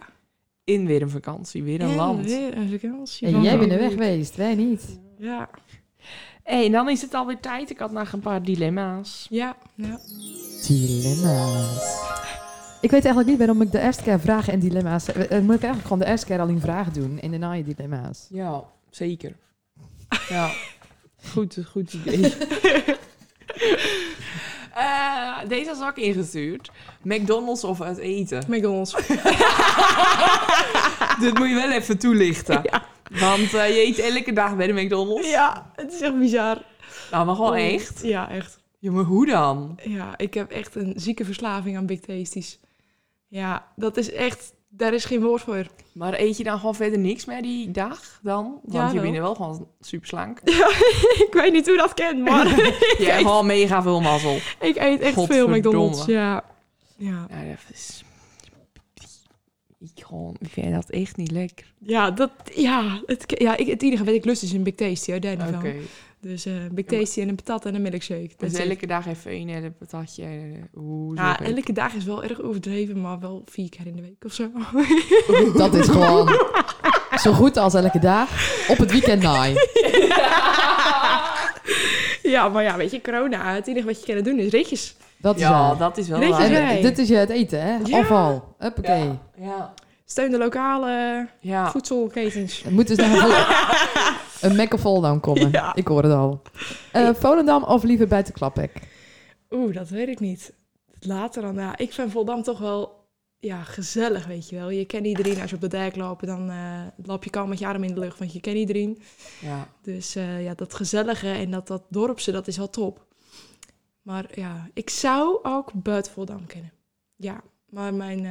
Speaker 3: In weer een vakantie, weer een
Speaker 1: En
Speaker 3: land.
Speaker 1: weer een vakantie.
Speaker 4: En
Speaker 1: van
Speaker 4: jij bent er
Speaker 1: een
Speaker 4: weg
Speaker 1: week.
Speaker 4: geweest, wij niet.
Speaker 1: Ja.
Speaker 3: Hey, en dan is het alweer tijd. Ik had nog een paar dilemma's.
Speaker 1: Ja. ja.
Speaker 4: Dilemma's. Ik weet eigenlijk niet waarom ik de eerste keer vragen en dilemma's... eh, eh, Moet ik eigenlijk gewoon de eerste keer alleen vragen doen en daarna je dilemma's.
Speaker 3: Ja, zeker. Ja, goed, goed idee. Eh, deze had ik ingestuurd. McDonald's of uit eten?
Speaker 1: McDonald's.
Speaker 3: Dit moet je wel even toelichten. Want eh, je eet elke dag bij de McDonald's.
Speaker 1: Ja, het is echt bizar.
Speaker 3: Nou, maar gewoon echt.
Speaker 1: Ja, echt.
Speaker 3: Ja, maar hoe dan?
Speaker 1: Ja, ik heb echt een zieke verslaving aan Big Tasties. Ja, dat is echt... Daar is geen woord voor.
Speaker 3: Maar eet je dan gewoon verder niks meer die dag dan?
Speaker 1: Ja,
Speaker 3: Want je
Speaker 1: wel.
Speaker 3: bent wel gewoon super slank.
Speaker 1: Ik weet niet hoe dat kent, maar
Speaker 3: Je hebt gewoon mega veel mazzel.
Speaker 1: ik eet echt veel
Speaker 3: Godverdomme.
Speaker 1: McDonald's. Ja. Ja.
Speaker 3: Nou, dat is... Ik, gewoon, ik vind dat echt niet lekker.
Speaker 1: Ja, dat, ja, het, ja ik, het enige wat ik lust is een Big Tasty, hoor, daar niet
Speaker 3: Oké.
Speaker 1: van. Dus eh Big Tasty en een patat en een milkshake. Dat
Speaker 3: Dus
Speaker 1: is
Speaker 3: elke dag even één hele patatje. en, eh, Oeh, zo
Speaker 1: ja,
Speaker 3: leuk.
Speaker 1: elke dag is wel erg overdreven, maar wel vier keer in de week of zo.
Speaker 4: Dat is gewoon zo goed als elke dag. Op het weekend naai.
Speaker 1: ja, maar ja, weet je, corona, het enige wat je kan doen is ritjes.
Speaker 4: Dat is
Speaker 3: Ja,
Speaker 4: waar.
Speaker 3: dat is wel
Speaker 1: Weet je
Speaker 3: waar.
Speaker 1: wel?
Speaker 4: En dit is je het eten, hè?
Speaker 1: Ja.
Speaker 4: Afval. Huppakee.
Speaker 3: Ja. Ja.
Speaker 1: Steun de lokale
Speaker 3: Ja.
Speaker 1: voedselketens.
Speaker 4: Er moet dus nog een- een Mekkevol dan komen.
Speaker 1: Ja.
Speaker 4: Ik hoor het al. Eh, Volendam of liever buiten Klappek?
Speaker 1: Oeh, dat weet ik niet. Later dan, ja. Ik vind Voldam toch wel ja, gezellig, weet je wel. Je kent iedereen. Als je op de dijk loopt, dan eh loop je kalm met je arm in de lucht, want je kent iedereen.
Speaker 3: Ja.
Speaker 1: Dus eh, ja, dat gezellige en dat, dat dorpse, dat is wel top. Maar ja, ik zou ook buiten Volendam kennen. Ja, maar mijn, eh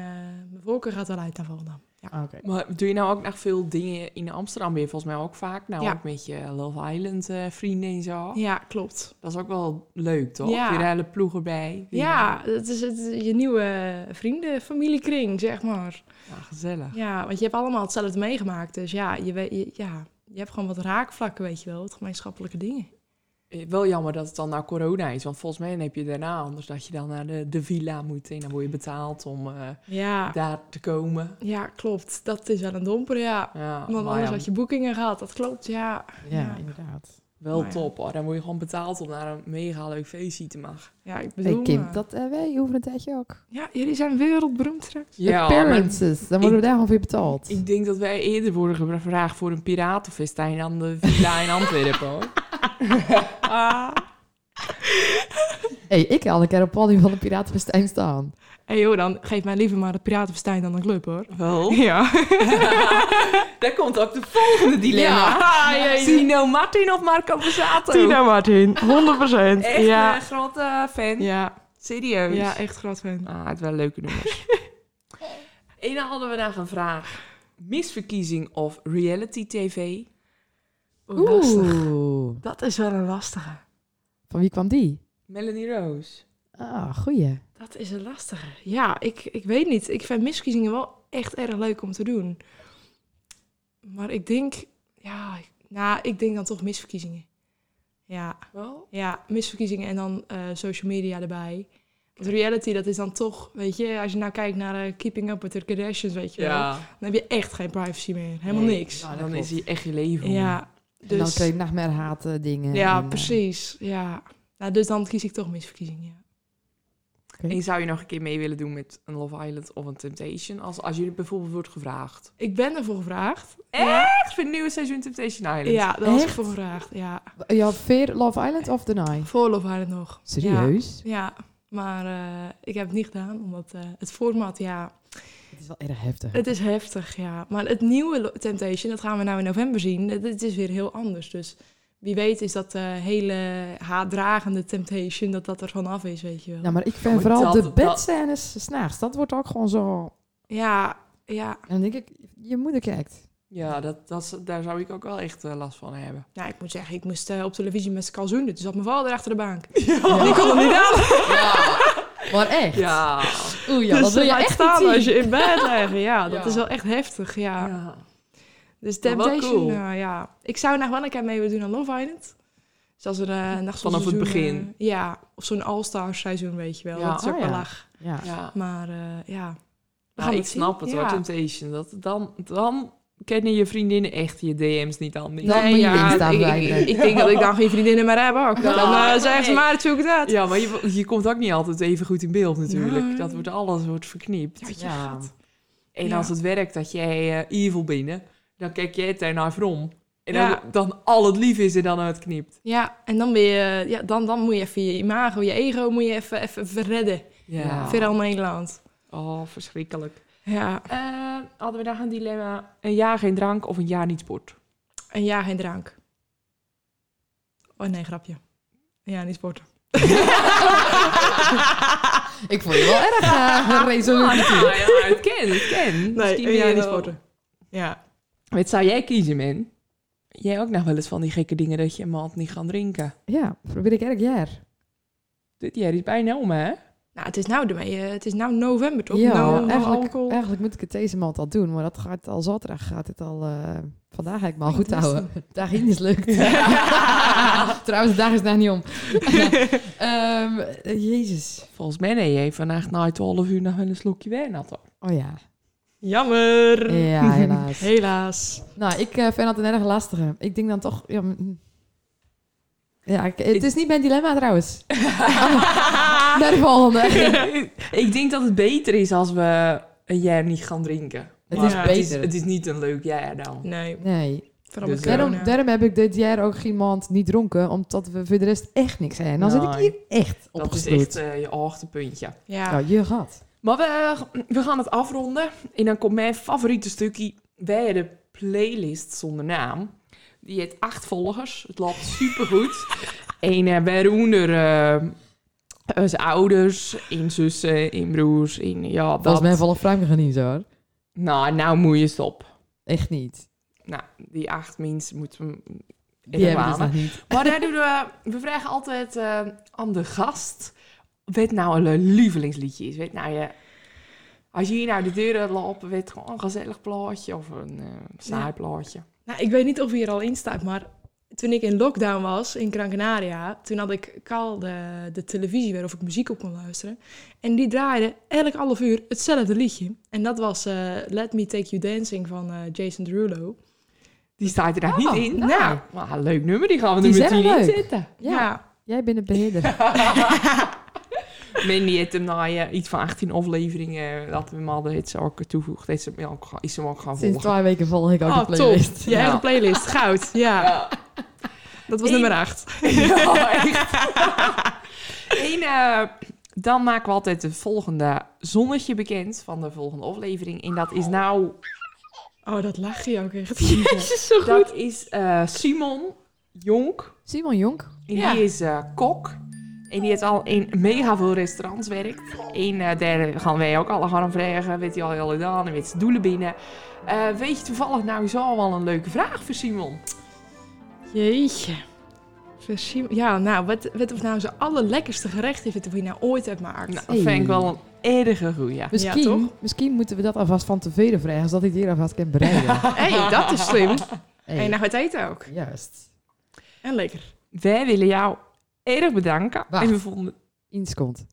Speaker 1: mijn voorkeur gaat wel uit naar Volendam. Ja.
Speaker 3: Maar doe je nou ook nog veel dingen in Amsterdam? Ben je volgens mij ook vaak. Nou,
Speaker 1: Ja.
Speaker 3: ook met je Love Island eh, vrienden en zo.
Speaker 1: ja, klopt.
Speaker 3: Dat is ook wel leuk, toch?
Speaker 1: Ja.
Speaker 3: Weer hele ploegen bij.
Speaker 1: Ja, dat is het, eh, je nieuwe vrienden, familiekring, zeg maar.
Speaker 3: Ja, Ah, gezellig.
Speaker 1: Ja, want je hebt allemaal hetzelfde meegemaakt. Dus ja, je, weet, je, ja, je hebt gewoon wat raakvlakken, weet je wel. Wat gemeenschappelijke dingen.
Speaker 3: Eh, Wel jammer dat het dan nou corona is. Want volgens mij heb je daarna anders dat je dan naar de, de villa moet. En dan word je betaald om eh,
Speaker 1: Ja,
Speaker 3: daar te komen.
Speaker 1: ja, klopt. Dat is wel een domper, ja.
Speaker 3: Ja,
Speaker 1: Want
Speaker 3: maar ja,
Speaker 1: anders had je boekingen gehad, dat klopt, ja.
Speaker 4: Ja, inderdaad.
Speaker 3: Wel
Speaker 1: Maar Nou ja.
Speaker 3: top hoor. Dan word je gewoon betaald om naar een mega leuk feestje te mag.
Speaker 1: Ja, ik bedoel...
Speaker 4: Hey Kim,
Speaker 1: eh,
Speaker 4: dat, eh, wij hoeven een tijdje ook.
Speaker 1: Ja, jullie zijn wereldberoemd straks.
Speaker 4: Ja, Appearances, dan worden we daar gewoon voor betaald.
Speaker 3: Ik denk dat wij eerder worden gevraagd voor een piratenfestijn dan de villa in Antwerpen hoor.
Speaker 4: hey, ik had een keer op podium van de Piratenfestijn staan.
Speaker 1: Hé joh, dan geef mij liever maar de piratenfestijn dan een club hoor.
Speaker 3: Wel,
Speaker 1: Ja.
Speaker 3: daar komt ook de volgende dilemma. Tino Martin of Marco Borsato?
Speaker 1: Martin, 100%.
Speaker 3: Echt
Speaker 1: ja.
Speaker 3: een grote fan.
Speaker 1: ja.
Speaker 3: Serieus.
Speaker 1: Ja, echt groot fan.
Speaker 3: Ah, het wel leuke nummers. en dan hadden we nog een vraag. Misverkiezing of reality tv?
Speaker 4: Oeh,
Speaker 1: Dat is wel een lastige.
Speaker 4: van wie kwam die?
Speaker 3: Melanie Rose.
Speaker 4: Ah, goeie.
Speaker 1: Dat is een lastige. Ja, ik, ik weet niet. Ik vind miskiezingen wel echt erg leuk om te doen. Maar ik denk... Ja, ik- nou, ik denk dan toch misverkiezingen. Ja.
Speaker 3: Wel?
Speaker 1: Ja, misverkiezingen en dan eh, social media erbij. Want reality, dat is dan toch, weet je, als je nou kijkt naar eh, Keeping Up with the Kardashians, weet je wel,
Speaker 3: Ja. Ah,
Speaker 1: dan heb je echt geen privacy meer. Helemaal
Speaker 3: Nee,
Speaker 1: niks.
Speaker 4: nou, dat
Speaker 3: dan
Speaker 4: klopt.
Speaker 3: is hij echt je leven.
Speaker 1: Ja,
Speaker 4: En dan
Speaker 1: dus,
Speaker 4: kreeg ik nog meer haten Nou, dingen.
Speaker 1: ja
Speaker 4: en, eh,
Speaker 1: precies. Ja. Nou, dus dan kies ik toch misverkiezingen. Ja.
Speaker 3: En zou je nog een keer mee willen doen met een Love Island of een Temptation? Als, als jullie bijvoorbeeld wordt gevraagd.
Speaker 1: Ik ben ervoor gevraagd.
Speaker 3: Echt voor het nieuwe seizoen Temptation Island?
Speaker 1: Ja, daar was ik
Speaker 4: Echt?
Speaker 1: voor gevraagd. Ja.
Speaker 4: Ja, Veer, Love Island of The Night?
Speaker 1: Voor Love Island nog.
Speaker 4: Serieus?
Speaker 1: Ja, ja. maar eh, ik heb het niet gedaan, omdat eh, het format, ja,
Speaker 4: Het is wel erg heftig.
Speaker 1: Het is heftig, ja. Maar het nieuwe Lo- Temptation, dat gaan we nou in november zien. Het, het is weer heel anders. Dus wie weet is dat eh, hele haatdragende Temptation, dat dat er vanaf is, weet je wel.
Speaker 4: Nou, maar ik vind
Speaker 3: maar
Speaker 4: vooral
Speaker 3: dat-
Speaker 4: de
Speaker 3: dat-
Speaker 4: bedscènes s'nachts, dat wordt ook gewoon zo...
Speaker 1: Ja, ja,
Speaker 4: En dan denk ik, je moeder kijkt.
Speaker 3: Ja, dat, dat, is- daar zou ik ook wel echt eh, last van hebben.
Speaker 1: Ja, ik moet zeggen, ik moest eh, op televisie met zijn kalzoenen. Toen zat mijn vader achter de bank.
Speaker 4: Ja.
Speaker 1: Die kon er niet aan.
Speaker 4: Maar echt?
Speaker 3: Ja.
Speaker 4: Oeh, ja, dat wil je
Speaker 1: Dus laat
Speaker 4: echt niet
Speaker 1: staan
Speaker 4: zien.
Speaker 1: als je in bed leggen. Ja, dat
Speaker 4: Ja.
Speaker 1: is wel echt heftig, ja.
Speaker 3: ja.
Speaker 1: Dus
Speaker 3: Maar wel
Speaker 1: Temptation,
Speaker 3: cool.
Speaker 1: eh, ja. Ik zou nog wel een keer mee willen doen aan Love Island. Dus als er eh nog zo'n
Speaker 3: Vanaf het
Speaker 1: seizoen,
Speaker 3: begin.
Speaker 1: eh, ja, of zo'n All-Star seizoen, weet je wel.
Speaker 3: Ja.
Speaker 1: Dat is ook
Speaker 4: Oh,
Speaker 1: wel
Speaker 4: ja.
Speaker 1: lach.
Speaker 4: Ja.
Speaker 3: Ja.
Speaker 1: Maar eh, ja. We
Speaker 3: Ja,
Speaker 1: gaan
Speaker 3: ik
Speaker 1: het zien.
Speaker 3: snap het hoor,
Speaker 1: Ja.
Speaker 3: Temptation. Dat, dan, dan kennen je vriendinnen echt je DM's niet aan.
Speaker 4: Dan moet je Insta
Speaker 1: ik, ik,
Speaker 4: verwijderen.
Speaker 1: ik denk dat ik dan geen vriendinnen meer heb ook.
Speaker 3: Ja.
Speaker 1: Dan eh, zeggen ze
Speaker 3: Nee.
Speaker 1: maar, het zoek het uit.
Speaker 3: Ja, maar je, je komt ook niet altijd even goed in beeld natuurlijk.
Speaker 1: Nee.
Speaker 3: Dat wordt alles wordt verknipt.
Speaker 4: Ja.
Speaker 3: En
Speaker 1: Ja.
Speaker 3: als het werkt dat jij eh, evil binnen, dan kijk jij daarnaar om. En dan,
Speaker 1: Ja.
Speaker 3: dan al het lief is er dan uitknipt.
Speaker 1: Ja, en dan, ben je, ja, dan, dan moet je even je imago, je ego moet je even, even verredden.
Speaker 4: Ja.
Speaker 1: Verder al Nederland.
Speaker 3: Oh, verschrikkelijk.
Speaker 1: Ja,
Speaker 3: Eh, hadden we daar een dilemma? Een jaar geen drank of een jaar niet sport?
Speaker 1: en ja, geen drank. Oh nee, grapje. Ja, niet sporten.
Speaker 4: Ik vond je wel erg eh resoluut. eh,
Speaker 3: ja, ja, het ken, het ken. Misschien
Speaker 1: een
Speaker 3: ben
Speaker 1: jaar
Speaker 3: je
Speaker 1: eh, niet
Speaker 3: wel-
Speaker 1: sporten. Ja.
Speaker 3: Wat zou jij kiezen, man? Jij ook nog wel eens van die gekke dingen dat je een maand niet gaat drinken.
Speaker 4: Ja, probeer ik elk jaar.
Speaker 3: Dit jaar is bijna om, hè?
Speaker 1: Nou, het is nou, de, eh, het is nou november, toch?
Speaker 4: ja,
Speaker 1: nou, nou
Speaker 4: eigenlijk,
Speaker 1: alcohol.
Speaker 4: eigenlijk moet ik het deze maand al doen, maar dat gaat al zaterdag gaat het al. eh, vandaag ga ik me al
Speaker 1: Oh,
Speaker 4: goed
Speaker 1: dat is
Speaker 4: houden. Dag in is lukt. Trouwens, de dag is daar niet om. Ehm, eh, Jezus.
Speaker 3: Volgens mij nee, je vandaag na 12 uur nog wel een slokje wijn had. hoor.
Speaker 4: Oh ja.
Speaker 1: Jammer.
Speaker 4: Ja, helaas.
Speaker 1: Helaas.
Speaker 4: Nou, ik eh, vind dat een erg lastige. Ik denk dan toch. Ja, mm. ja ik- het is niet mijn dilemma trouwens. Naar de volgende.
Speaker 3: ik denk dat het beter is als we een jaar niet gaan drinken.
Speaker 4: Het
Speaker 3: Maar
Speaker 1: is
Speaker 3: Het is,
Speaker 4: beter.
Speaker 3: het is niet een leuk jaar dan.
Speaker 1: Nee,
Speaker 4: Nee.
Speaker 1: vooral met
Speaker 3: Dus, eh,
Speaker 1: corona.
Speaker 4: Daarom, daarom heb ik dit jaar ook geen maand niet dronken, omdat we voor de rest echt niks hebben. En dan zit ik
Speaker 3: Nee.
Speaker 4: hier echt
Speaker 3: Nou, Dat is
Speaker 4: opgesloten.
Speaker 3: echt eh, je hoogtepuntje.
Speaker 1: Ja.
Speaker 4: Nou, je gat.
Speaker 3: Maar we, eh, we gaan het afronden. En dan komt mijn favoriete stukje. Wij hebben de playlist zonder naam. Die heeft acht volgers. Het loopt supergoed. en eh, wij doen er eh, zijn ouders, in zussen, in broers. In, ja, dat.
Speaker 4: Volgens mij volgt Frank nog niet zo hoor.
Speaker 3: Nou, nou moet je stop.
Speaker 4: Echt niet.
Speaker 3: Nou, die acht mensen moeten we
Speaker 4: Die hebben
Speaker 3: Helemaal,
Speaker 4: dus nog niet.
Speaker 3: Maar daar doen we, we vragen altijd eh, aan de gast wat nou een lievelingsliedje is. Weet nou je, als je hier naar de deur uit loopt, weet gewoon een gezellig plaatje of een eh saai
Speaker 1: Ja.
Speaker 3: plaatje.
Speaker 1: Nou, ik weet niet of hij er al in staat, maar toen ik in lockdown was in Gran Canaria, toen had ik Kal de, de televisie weer of ik muziek op kon luisteren. En die draaide elk half uur hetzelfde liedje. En dat was eh, Let Me Take You Dancing van eh, Jason Derulo.
Speaker 3: Die staat er daar
Speaker 4: Oh,
Speaker 3: niet in.
Speaker 4: nou.
Speaker 3: maar een leuk nummer, die gaan we
Speaker 4: Die
Speaker 3: er
Speaker 4: zijn
Speaker 3: meteen in
Speaker 4: leuk.
Speaker 3: zetten.
Speaker 4: Ja, jij bent een beheerder.
Speaker 3: Mandy heeft hem na eh, iets van 18 afleveringen dat we hem hadden, heeft ze ook toegevoegd. Heeft ze hem ook, gaan- is hem ook gaan
Speaker 4: Sinds
Speaker 3: volgen.
Speaker 4: twee weken volg ik ook
Speaker 3: Ah,
Speaker 4: de playlist.
Speaker 1: Oh, Je
Speaker 3: Ja.
Speaker 1: eigen playlist, goud. Ja,
Speaker 3: Ja.
Speaker 1: dat was
Speaker 3: Ik-
Speaker 1: nummer 8.
Speaker 3: Ja, echt. En, eh, dan maken we altijd het volgende zonnetje bekend van de volgende aflevering. En dat is nou...
Speaker 1: Oh, dat lach je ook echt.
Speaker 3: zo goed. Dat is eh, Simon Jonk.
Speaker 4: Simon Jonk.
Speaker 3: En
Speaker 1: Ja.
Speaker 3: die is eh, kok. En die heeft al in mega veel restaurants werkt. En eh, daar gaan wij ook alle gaan vragen. Weet hij al heel gedaan en weet zijn doelen binnen. Eh, weet je toevallig nou zo wel een leuke vraag voor Simon?
Speaker 1: Jeetje. Versie- Ja, nou, wat, wat of nou zijn allerlekkerste gerecht is, wat hij nou ooit hebt gemaakt.
Speaker 3: Nou, dat vind ik wel een erge goeie.
Speaker 4: Misschien,
Speaker 1: toch?
Speaker 4: misschien moeten we dat alvast van tevoren vragen, zodat ik het hier alvast kan bereiden.
Speaker 1: Hé, hey, dat is slim.
Speaker 4: Hey,
Speaker 1: En nou, het eten ook.
Speaker 4: Juist.
Speaker 1: En lekker.
Speaker 3: Wij willen jou erg bedanken.
Speaker 4: Wacht.
Speaker 3: En we vonden
Speaker 4: Iets komt.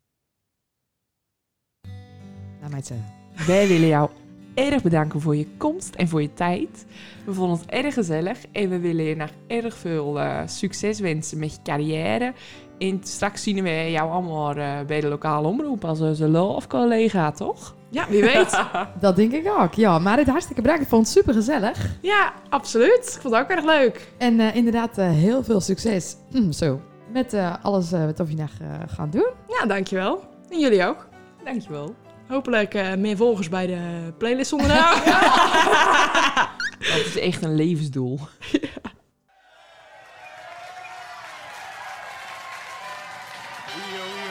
Speaker 4: Laat mij het zeggen.
Speaker 3: Wij willen jou erg bedanken voor je komst en voor je tijd. We vonden het erg gezellig en we willen je nog erg veel eh, succes wensen met je carrière. En straks zien we jou allemaal eh, bij de lokale omroep als onze love collega, toch?
Speaker 1: Ja, wie weet.
Speaker 4: Dat denk ik ook, ja. Maar het hartstikke bedankt. Ik vond het super gezellig.
Speaker 1: Ja, absoluut. Ik vond het ook erg leuk.
Speaker 4: En eh, inderdaad, eh, heel veel succes. Mm, zo. Met eh, alles eh, wat we vandaag eh gaan doen.
Speaker 1: Ja, dankjewel. En jullie ook.
Speaker 3: Dankjewel.
Speaker 1: Hopelijk eh, meer volgers bij de playlist onder de naam.
Speaker 3: Dat is echt een levensdoel.
Speaker 5: We are